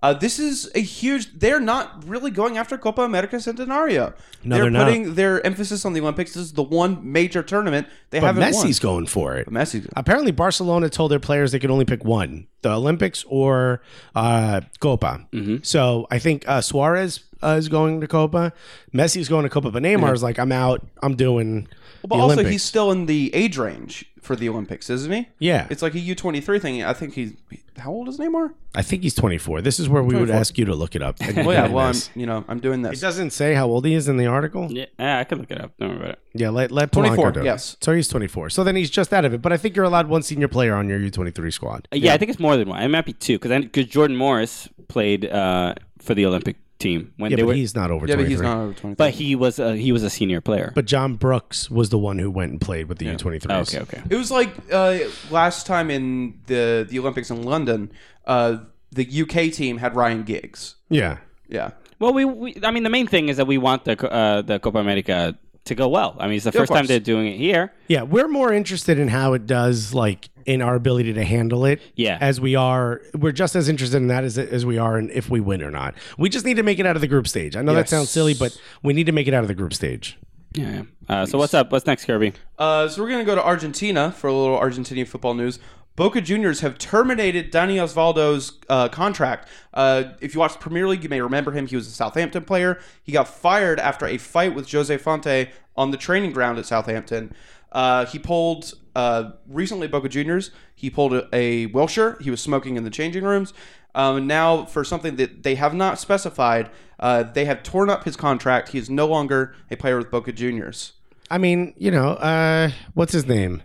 C: Uh, this is a huge. They're not really going after Copa America Centenario.
A: No,
C: they're,
A: they're not.
C: putting their emphasis on the Olympics. This is the one major tournament they
A: But
C: haven't
A: Messi's
C: won.
A: going for it.
C: Messi's.
A: Apparently, Barcelona told their players they could only pick one: the Olympics or uh, Copa.
C: Mm-hmm.
A: So I think uh, Suarez uh, is going to Copa. Messi's going to Copa, but Neymar is like, I'm out. I'm doing.
C: But
A: the
C: also,
A: Olympics.
C: he's still in the age range for the Olympics, isn't he?
A: Yeah.
C: it's like a U twenty three thing. I think he's how old is Neymar?
A: I think he's 24. This is where we would ask you to look it
C: [LAUGHS]
A: up. And you're
C: Well, yeah.
A: doing
C: Well, I'm,
A: this.
C: you know, I'm doing
A: it
C: this.
A: doesn't say how old he is in the article.
G: yeah, I can look it up. Don't worry about it.
A: Yeah, let, let Polanco
C: 24,
A: do it.
C: yes.
A: So he's 24. So then he's just out of it. But I think you're allowed one senior player on your U23 squad.
G: Uh, Yeah, I think it's more than one. It might be two because Jordan Morris played uh, for the Olympic team when
A: Yeah,
G: they
A: but
G: were,
A: he's not over
C: Yeah,
A: 23.
C: but he's not over twenty three.
G: but he was a, he was a senior player.
A: But John Brooks was the one who went and played with the U23s.
G: Oh, okay, okay.
C: It was like uh, last time in the the Olympics in London, uh, the UK team had Ryan Giggs.
A: Yeah.
C: Yeah,
G: Well, we, we I mean, the main thing is that we want the co- uh, the Copa America to go well. I mean, it's the first time
C: course.
G: they're doing it here.
A: Yeah, we're more interested in how it does, like in our ability to handle it.
G: Yeah.
A: as we are, we're just as interested in that as as we are in if we win or not. We just need to make it out of the group stage. I know that sounds silly, but we need to make it out of the group stage.
G: Yeah. yeah. Uh, so what's up? What's next, Kirby?
C: Uh, so we're going to go to Argentina for a little Argentinian football news. Boca Juniors have terminated Dani Osvaldo's uh, contract. Uh, if you watched Premier League, you may remember him. He was a Southampton player. He got fired after a fight with Jose Fonte on the training ground at Southampton. Uh, he pulled uh, recently Boca Juniors. He pulled a, a Wilshire. He was smoking in the changing rooms. Um, now, for something that they have not specified, uh, they have torn up his contract. He is no longer a player with Boca Juniors.
A: I mean, you know, uh, what's his name?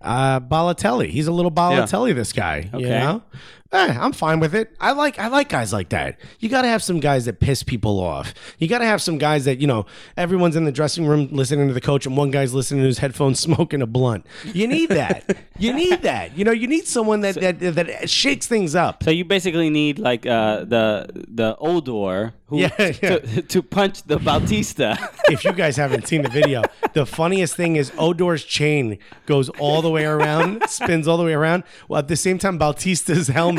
A: Uh, Balotelli. He's a little Balotelli. This guy. You
G: Okay.
A: know, Eh, I'm fine with it. I like I like guys like that. You got to have some guys that piss people off. You got to have some guys that you know everyone's in the dressing room listening to the coach, and one guy's listening to his headphones [LAUGHS] smoking a blunt. You need that. you need that. You know, you need someone that that that shakes things up.
G: So you basically need like uh, the the Odor who
A: Yeah, yeah.
G: To, [LAUGHS] to punch the [LAUGHS] Bautista.
A: if you guys haven't seen the video, the funniest thing is Odor's chain goes all the way around, spins all the way around. Well, at the same time, Bautista's helmet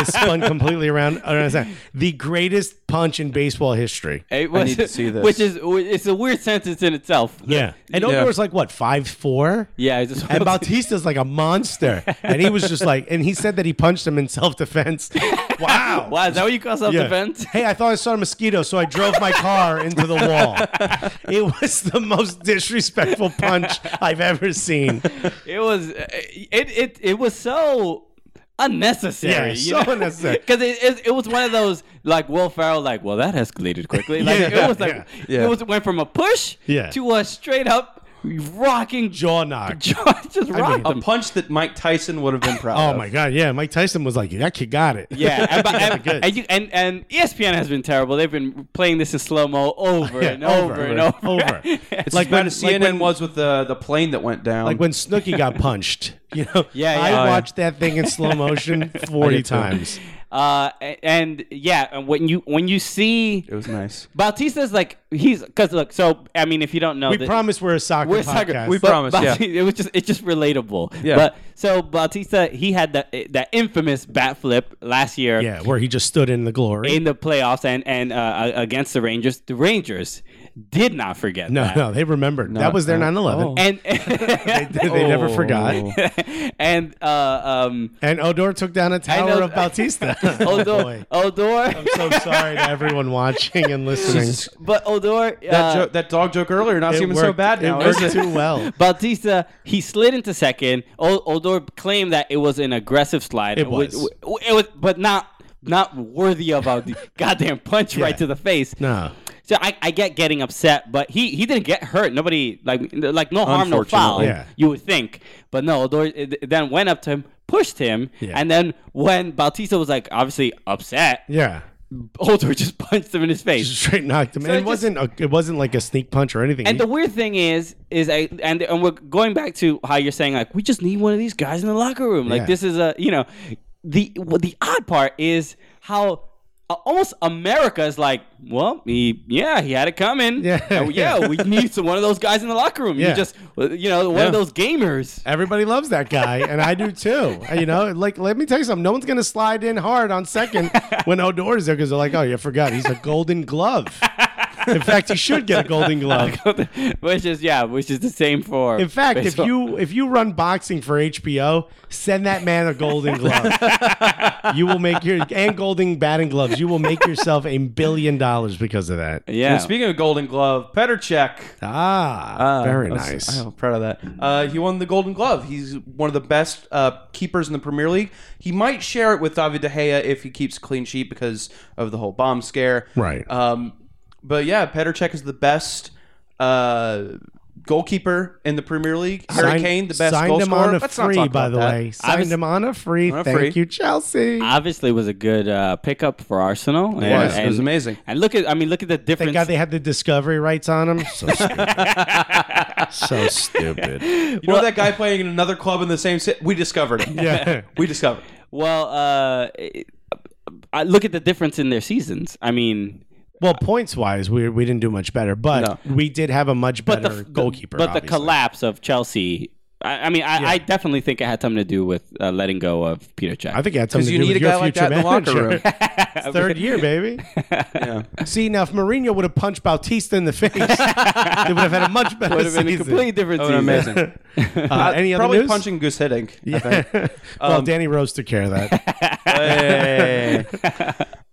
A: is spun completely around. around his head. The greatest punch in baseball history.
G: It was-
C: need to see this.
G: Which is it's a weird sentence in itself.
A: And Odor's like what, five four?
G: Yeah. It's just, [LAUGHS]
A: And Bautista's like a monster. And he was just like, and he said that he punched him in self defense. Wow.
G: wow, is that what you call self
A: Yeah.
G: defense?
A: Hey, I thought I saw a mosquito, so I drove my car into the
G: [LAUGHS]
A: wall. It was the most disrespectful punch I've ever seen.
G: It was uh, it it it was so unnecessary.
A: Yeah, so
G: [LAUGHS]
A: unnecessary.
G: Because it, it it was one of those like Will Ferrell like well that escalated quickly. Like
A: Yeah,
G: it was like
C: yeah.
G: it was went from a push
A: Yeah.
G: to a straight up rocking [LAUGHS] jaw
A: Jaw knock.
G: just rocked
C: A
G: him.
C: punch that Mike Tyson would
A: [LAUGHS]
C: have been proud
A: Oh
C: of.
A: my god, yeah. Mike Tyson was like, that kid got it.
G: Yeah,
A: [LAUGHS]
G: and, but-
A: the goods.
G: and, and, you, and and E ESPN has been terrible. They've been playing this in slow mo over
A: Yeah,
G: and over, and over. [LAUGHS]
C: It's
A: like
C: like when
A: when-
C: CNN
A: like when-
C: was with the, the plane that went down.
A: Like when Snooki got punched, you know.
G: [LAUGHS] Yeah, yeah.
A: I
G: Oh, yeah. [LAUGHS]
A: watched that thing in slow motion forty times.
G: Uh, a- and yeah, and when you when you see
C: It was
A: [LAUGHS]
C: nice.
G: Bautista's like he's because look, so I mean, if you don't know,
A: We
G: the-
A: promise we're a soccer
G: [LAUGHS] we're
A: podcast.
G: soccer.
C: We
G: but
C: promise, yeah.
G: Bautista- [LAUGHS] It was just it's just relatable.
C: Yeah.
G: But so Bautista, he had that that infamous bat flip last year
A: yeah, where he just stood in the glory.
G: in the playoffs and and uh, against the Rangers. The Rangers did not forget.
A: no,
G: that. Oh.
A: no, they remembered. that was their 9/11.
G: And
A: [LAUGHS]
G: [LAUGHS]
A: They, they never
G: Oh.
A: forgot.
G: and uh, um,
A: And Odor took down a tower
G: know-
A: of Bautista.
G: [LAUGHS] Odor,
A: [LAUGHS] Boy.
G: Odor,
A: so sorry to everyone watching and listening.
G: but Odor.
C: That,
G: uh,
C: jo- that dog joke earlier not
A: It
C: seeming so
A: worked-
C: bad now.
A: It
C: is
A: worked
C: it?
A: too
C: [LAUGHS]
A: well.
G: Bautista, he slid into second. O- Odor claimed that it was an aggressive slide.
A: It
G: Which-
A: was.
G: w- it was, but not not worthy of a [LAUGHS] goddamn punch right to the face.
A: No.
G: So I, I get getting upset, but he, he didn't get hurt. Nobody like like no harm, no foul.
A: Unfortunately. Yeah.
G: You would think, but no. Odor it- then went up to him, pushed him,
A: Yeah.
G: and then when Bautista was like obviously upset,
A: Yeah.
G: Odor [LAUGHS] just punched him in his face.
A: Straight knocked him.
G: it
A: and it,
G: just-
A: wasn't a, it wasn't like a sneak punch or anything.
G: And
A: He-
G: the weird thing is, is I and and we're going back to how you're saying like we just need one of these guys in the locker room. Like
A: Yeah.
G: this is a you know, the what the odd part is how. uh, Almost America is like, well, he, yeah, he had it coming.
A: [LAUGHS] Yeah.
G: Uh, yeah, we need some, one of those guys in the locker room. You
A: Yeah.
G: just, you know, one of those gamers. [LAUGHS]
A: Everybody loves that guy, and I do too. [LAUGHS] You know, like let me tell you something. No one's gonna slide in hard on second when Odor is there because they're like, "Oh, you forgot he's a Golden
C: [LAUGHS]
A: Glove." In fact, he should get a Golden Glove.
G: which is yeah, which is the same for.
A: In fact, if
G: baseball.
A: you if you run boxing for HBO, send that man a Golden Glove. you will make your and Golden batting gloves. You will make yourself a billion dollars because of that.
G: yeah,
C: And speaking of Golden Glove, Petrcek.
A: Ah,
C: Uh,
A: very
C: I was-
A: nice.
C: I'm proud of that. Uh, he won the Golden Glove. He's one of the best uh, keepers in the Premier League. He might share it with David De Gea if he keeps a clean sheet because of the whole bomb scare.
A: Right.
C: Um, but yeah, Petrcek is the best uh, goalkeeper in the Premier League. Harry
A: Signed-
C: Kane, the best
A: signed
C: goal
A: him on
C: scorer.
A: a
C: Let's not
A: free,
C: talk
A: by
C: about
A: the
C: that.
A: way. Signed
G: was-
A: him on a free.
C: On a
A: Thank
C: free.
A: you, Chelsea.
G: obviously was a good uh, pickup for Arsenal. It
C: was. It was amazing.
G: And look at, I mean, look at the difference.
A: Thank God they had the discovery rights on him.
C: [LAUGHS]
A: So stupid. so
C: [LAUGHS]
A: stupid.
C: You know that guy playing in another club in the same city? We discovered him.
A: Yeah.
C: We discovered. him.
G: Well, uh, it- I look at the difference in their seasons. I mean,
A: Well, points wise, we we didn't do much better, but we did have a much
G: but
A: better
G: the
A: goalkeeper.
G: but the
A: obviously.
G: collapse of Chelsea. I, I mean, I, I definitely think it had something to do with uh, letting go of Peter Cech.
A: I think that's something
C: you
A: to do with
C: need a
A: your
C: guy like
A: future
C: that in the locker
A: manager. [LAUGHS]
C: room. [LAUGHS]
A: It's Third year, baby. See now, if Mourinho would have punched Bautista in the face, [LAUGHS] they would have had a much better
G: would have been a
A: season. [LAUGHS]
G: completely different
C: Oh,
G: season.
C: amazing.
A: Uh, any other
C: Probably
A: news?
C: punching Goose Hitting. I think. Um,
A: Yeah. [LAUGHS] well, Danny Rose took care of that.
C: [LAUGHS] Hey.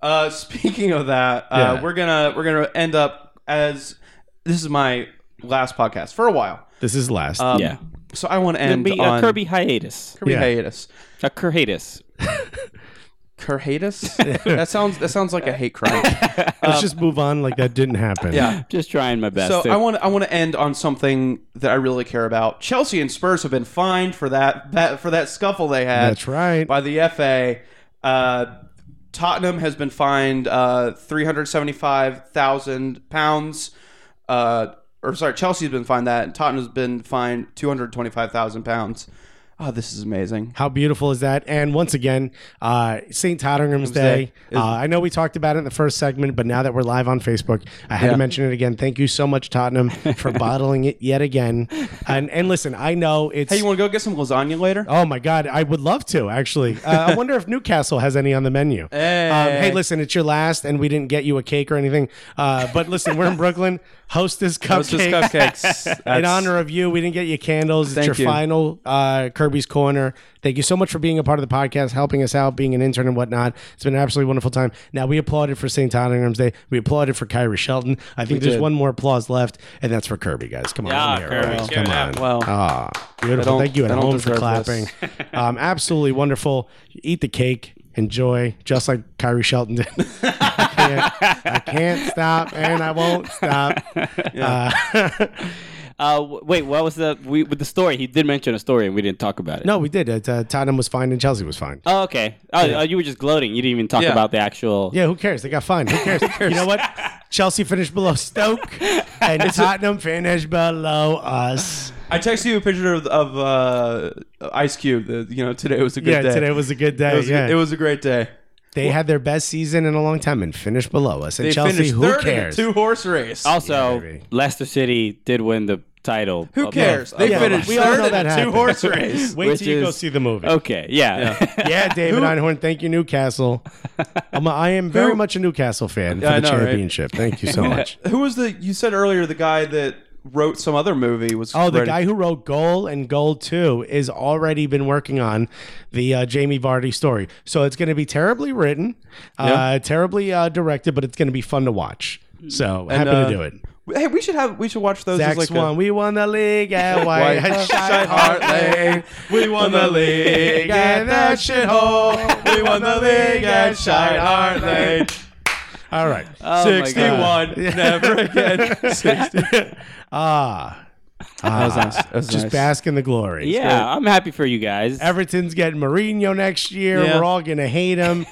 C: uh, [LAUGHS] speaking of that, uh,
A: Yeah.
C: we're gonna we're gonna end up as this is my last podcast for a while.
A: this is last.
G: [LAUGHS]
C: Uh,
G: Yeah,
C: So I want to end
G: Be a
C: on
G: Kirby hiatus,
C: Kirby
A: Yeah.
C: hiatus.
G: a hiatus.
C: Curhatus? that sounds that sounds like a
G: [LAUGHS]
C: hate crime.
A: Let's just move on like that didn't happen.
C: um, yeah.
G: Just trying my best.
C: So
G: to-
C: I want I want to end on something that I really care about. Chelsea and Spurs have been fined for that, that for that scuffle they had.
A: That's right.
C: By the FA. Uh, Tottenham has been fined uh, three hundred seventy five thousand pounds. Uh, or sorry, Chelsea's been fined that, and Tottenham's been fined two hundred twenty five thousand pounds. Oh, this is amazing.
A: How beautiful is that? And once again, uh, St. Tottenham's Day. Uh, I know we talked about it in the first segment, but now that we're live on Facebook, I had to mention it again. Thank you so much, Tottenham,
C: [LAUGHS]
A: for bottling it yet again. And and listen, I know it's.
C: Hey, you want to go get some lasagna later?
A: Oh my God, I would love to actually.
C: [LAUGHS]
A: Uh, I wonder if Newcastle has any on the menu. Hey. Um, hey, listen, it's your last, and we didn't get you a cake or anything. Uh, but listen, we're in Brooklyn. Hostess cupcakes. [LAUGHS]
C: Hostess cupcakes.
A: in
C: That's-
A: honor of you, we didn't get you candles.
C: Thank
A: it's
C: you.
A: your final uh, Kirby's Corner. Thank you so much for being a part of the podcast, helping us out, being an intern and whatnot. It's been an absolutely wonderful time. Now we applauded for St. Tottenham's Day. We applauded for Kyrie Shelton. I think there's one more applause left, and that's for Kirby, guys. Come on,
G: Yeah,
A: I'm here,
G: Kirby,
A: guys.
G: give
A: Come
G: it
A: on.
G: up.
C: Well,
A: Ah, beautiful.
C: don't-
A: Thank you at
C: I don't
A: home for
C: deserve
A: clapping.
C: this. [LAUGHS]
A: um, absolutely wonderful. Eat the cake. Enjoy, just like Kyrie Shelton did. [LAUGHS] I, can't, I can't stop, and I won't stop. Uh,
G: Uh, w- wait, what was the we with the story? He did mention a story, and we didn't talk about it.
A: no, we did. Uh, Tottenham was fine, and Chelsea was fine.
G: Oh, okay. Oh, oh, you were just gloating. You didn't even talk
C: Yeah.
G: about the actual.
A: Yeah, who cares? They got fined. Who
C: [LAUGHS]
A: cares? You know what? Chelsea finished below Stoke, and Tottenham finished below us.
C: I texted you a picture of, of uh, Ice Cube. The, you know, today was a good
A: Yeah,
C: day.
A: today was a good day.
C: It was, a-
A: yeah.
C: it was a great day.
A: They had their best season in a long time and finished below us. And
C: They
A: Chelsea,
C: finished
A: who
C: third
A: cares?
C: in a two horse race.
G: Also,
A: maybe.
G: Leicester City did win the title. Oh,
C: Who
G: of-
C: cares?
G: of-
C: They
G: of-
C: finished
A: Oh, we all know
C: third in
A: that
C: a two
A: happened.
C: horse
A: [LAUGHS]
C: race.
A: Wait
G: which
A: till you go
G: is-
A: see the movie.
G: Okay, [LAUGHS] yeah.
A: Yeah,
C: [LAUGHS]
A: David Einhorn, thank you, Newcastle. I'm a, I am very
C: Who-
A: much a Newcastle fan for
C: Yeah, I
A: the
C: know, right?
A: championship. Thank you
C: [LAUGHS]
A: so much.
C: [LAUGHS] Who was the? You said earlier the guy that wrote some other movie was.
A: Oh, the
C: ready-
A: guy who wrote Goal and Goal 2 is already been working on the uh, Jamie Vardy story. So it's going to be terribly written, uh, terribly uh, directed, but it's going to be fun to watch. So happy
C: uh,
A: to do it.
C: Hey, we should have. We should watch those.
A: Zach
C: as like a-
A: Swan, we won the league
C: [LAUGHS]
A: at White Hart-
C: Shite Hart Lane. We won [LAUGHS] the league at that shithole. We
A: [LAUGHS]
C: won the league at Shite Hart Lane.
A: [LAUGHS] All right.
G: Oh my God.
C: 61.
A: [LAUGHS]
C: Never again. 60. [LAUGHS]
A: Ah,
C: That was nice. That was
A: just
C: nice.
A: bask in the glory.
G: Yeah, I'm happy for you guys.
A: Everton's getting Mourinho next year.
C: Yeah.
A: We're all going to hate
C: [LAUGHS]
A: him.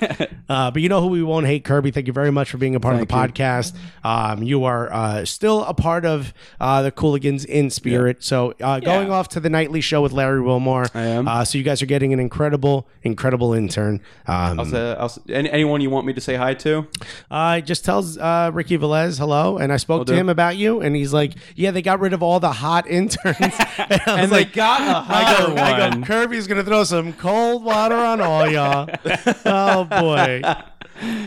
A: uh, but you know who we won't hate, Kirby? Thank you very much for being a part of the podcast. Um, you are uh, still a part of uh, the Cooligans in spirit. So uh, going off to the nightly show with Larry Wilmore. I
C: am.
A: Uh, so you guys are getting an incredible, incredible intern. Um,
C: I'll say- I'll s- any- anyone you want me to say hi to?
A: uh, just tells uh, Ricky Velez hello, and I spoke to
C: do.
A: him about you, and he's like, "Yeah, they got rid of all the hot [LAUGHS] interns." and I was
C: And they got a
A: I
C: higher
A: go, I go,
C: one.
A: Kirby's gonna throw some cold water on all y'all. oh boy.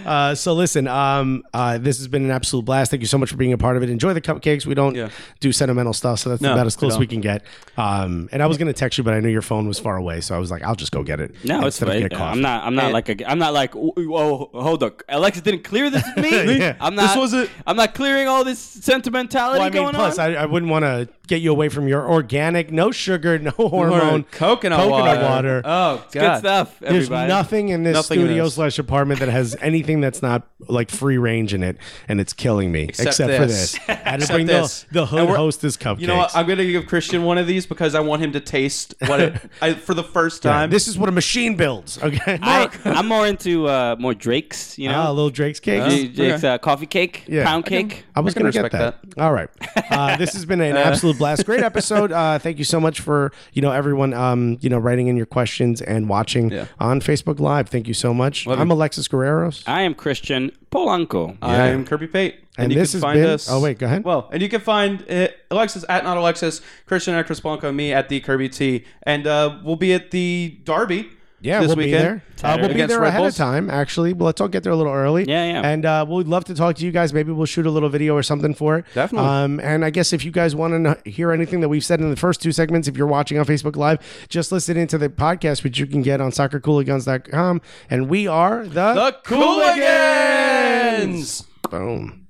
A: Uh, so listen, um, uh, this has been an absolute blast. Thank you so much for being a part of it. Enjoy the cupcakes. We don't
C: Yeah.
A: do sentimental stuff, so that's
C: No,
A: about as close
C: we
A: as we can get. Um, and I was gonna text you, but I knew your phone was far away, so I was like, I'll just go get it.
G: No, it's
A: instead of
G: fine.
A: get coffee.
G: I'm not. I'm not like a. I'm not like. Whoa, hold up. Alexa didn't clear this with
A: [LAUGHS]
G: me.
A: Yeah.
G: I'm not.
C: This wasn't-
G: I'm not clearing all this sentimentality
A: Well, I mean,
G: going
A: plus,
G: on.
A: I, I wouldn't want to get you away from your organic, no sugar, no hormone,
C: Coconut, water. Oh, God.
G: Good stuff,
A: There's
G: everybody.
A: nothing in this
C: Nothing in
A: studio
C: this.
A: slash apartment that has anything that's not like free range in it, and it's killing me. Except, for
C: [LAUGHS]
A: this, I had to
C: Except
A: bring
C: this.
A: the the
C: And
A: hood
C: we're-
A: hostess cupcakes.
C: You know what? I'm going to give Christian one of these because I want him to taste what it,
A: [LAUGHS]
C: I, for the first
A: Yeah,
C: time.
A: this is what a machine builds. [LAUGHS] Okay,
G: I, am more into uh, more Drake's. You
A: Ah,
G: know,
A: little Drake's cake.
G: J- Drake's uh, coffee cake,
A: Yeah.
G: pound
A: I
G: cake.
A: I was
C: I can
A: going to get
C: respect
A: that. All right. Uh, this has been
C: [LAUGHS]
A: an absolute blast. Great episode. Uh, thank you so much for you know everyone um, you know writing in your questions and watching
C: Yeah.
A: on Facebook Live. Thank you so much. I'm Alexis Guerreros.
G: I am Christian Polanco.
C: I'm Kirby Pate.
A: And
C: you
A: this
C: can
A: has
C: find
A: been-
C: us.
A: oh, wait, go ahead.
C: Well, and you can find uh Alexis at not Alexis, Christian at Chris Blanco, me at the Kirby T, and uh, we'll be at the Derby.
A: Yeah,
C: this
A: we'll be
C: weekend.
A: there. Uh, we'll be
C: Against
A: there
C: Red
A: ahead
C: Bulls.
A: of time, actually. Well, let's all get there a little early.
G: Yeah, yeah.
A: And uh, we'd love to talk to you guys. Maybe we'll shoot a little video or something for it.
C: Definitely.
A: Um, and I guess if you guys want to hear anything that we've said in the first two segments, if you're watching on Facebook Live, just listen into the podcast, which you can get on soccercooligans.com. And we are the,
C: The Cooligans.
A: Boom.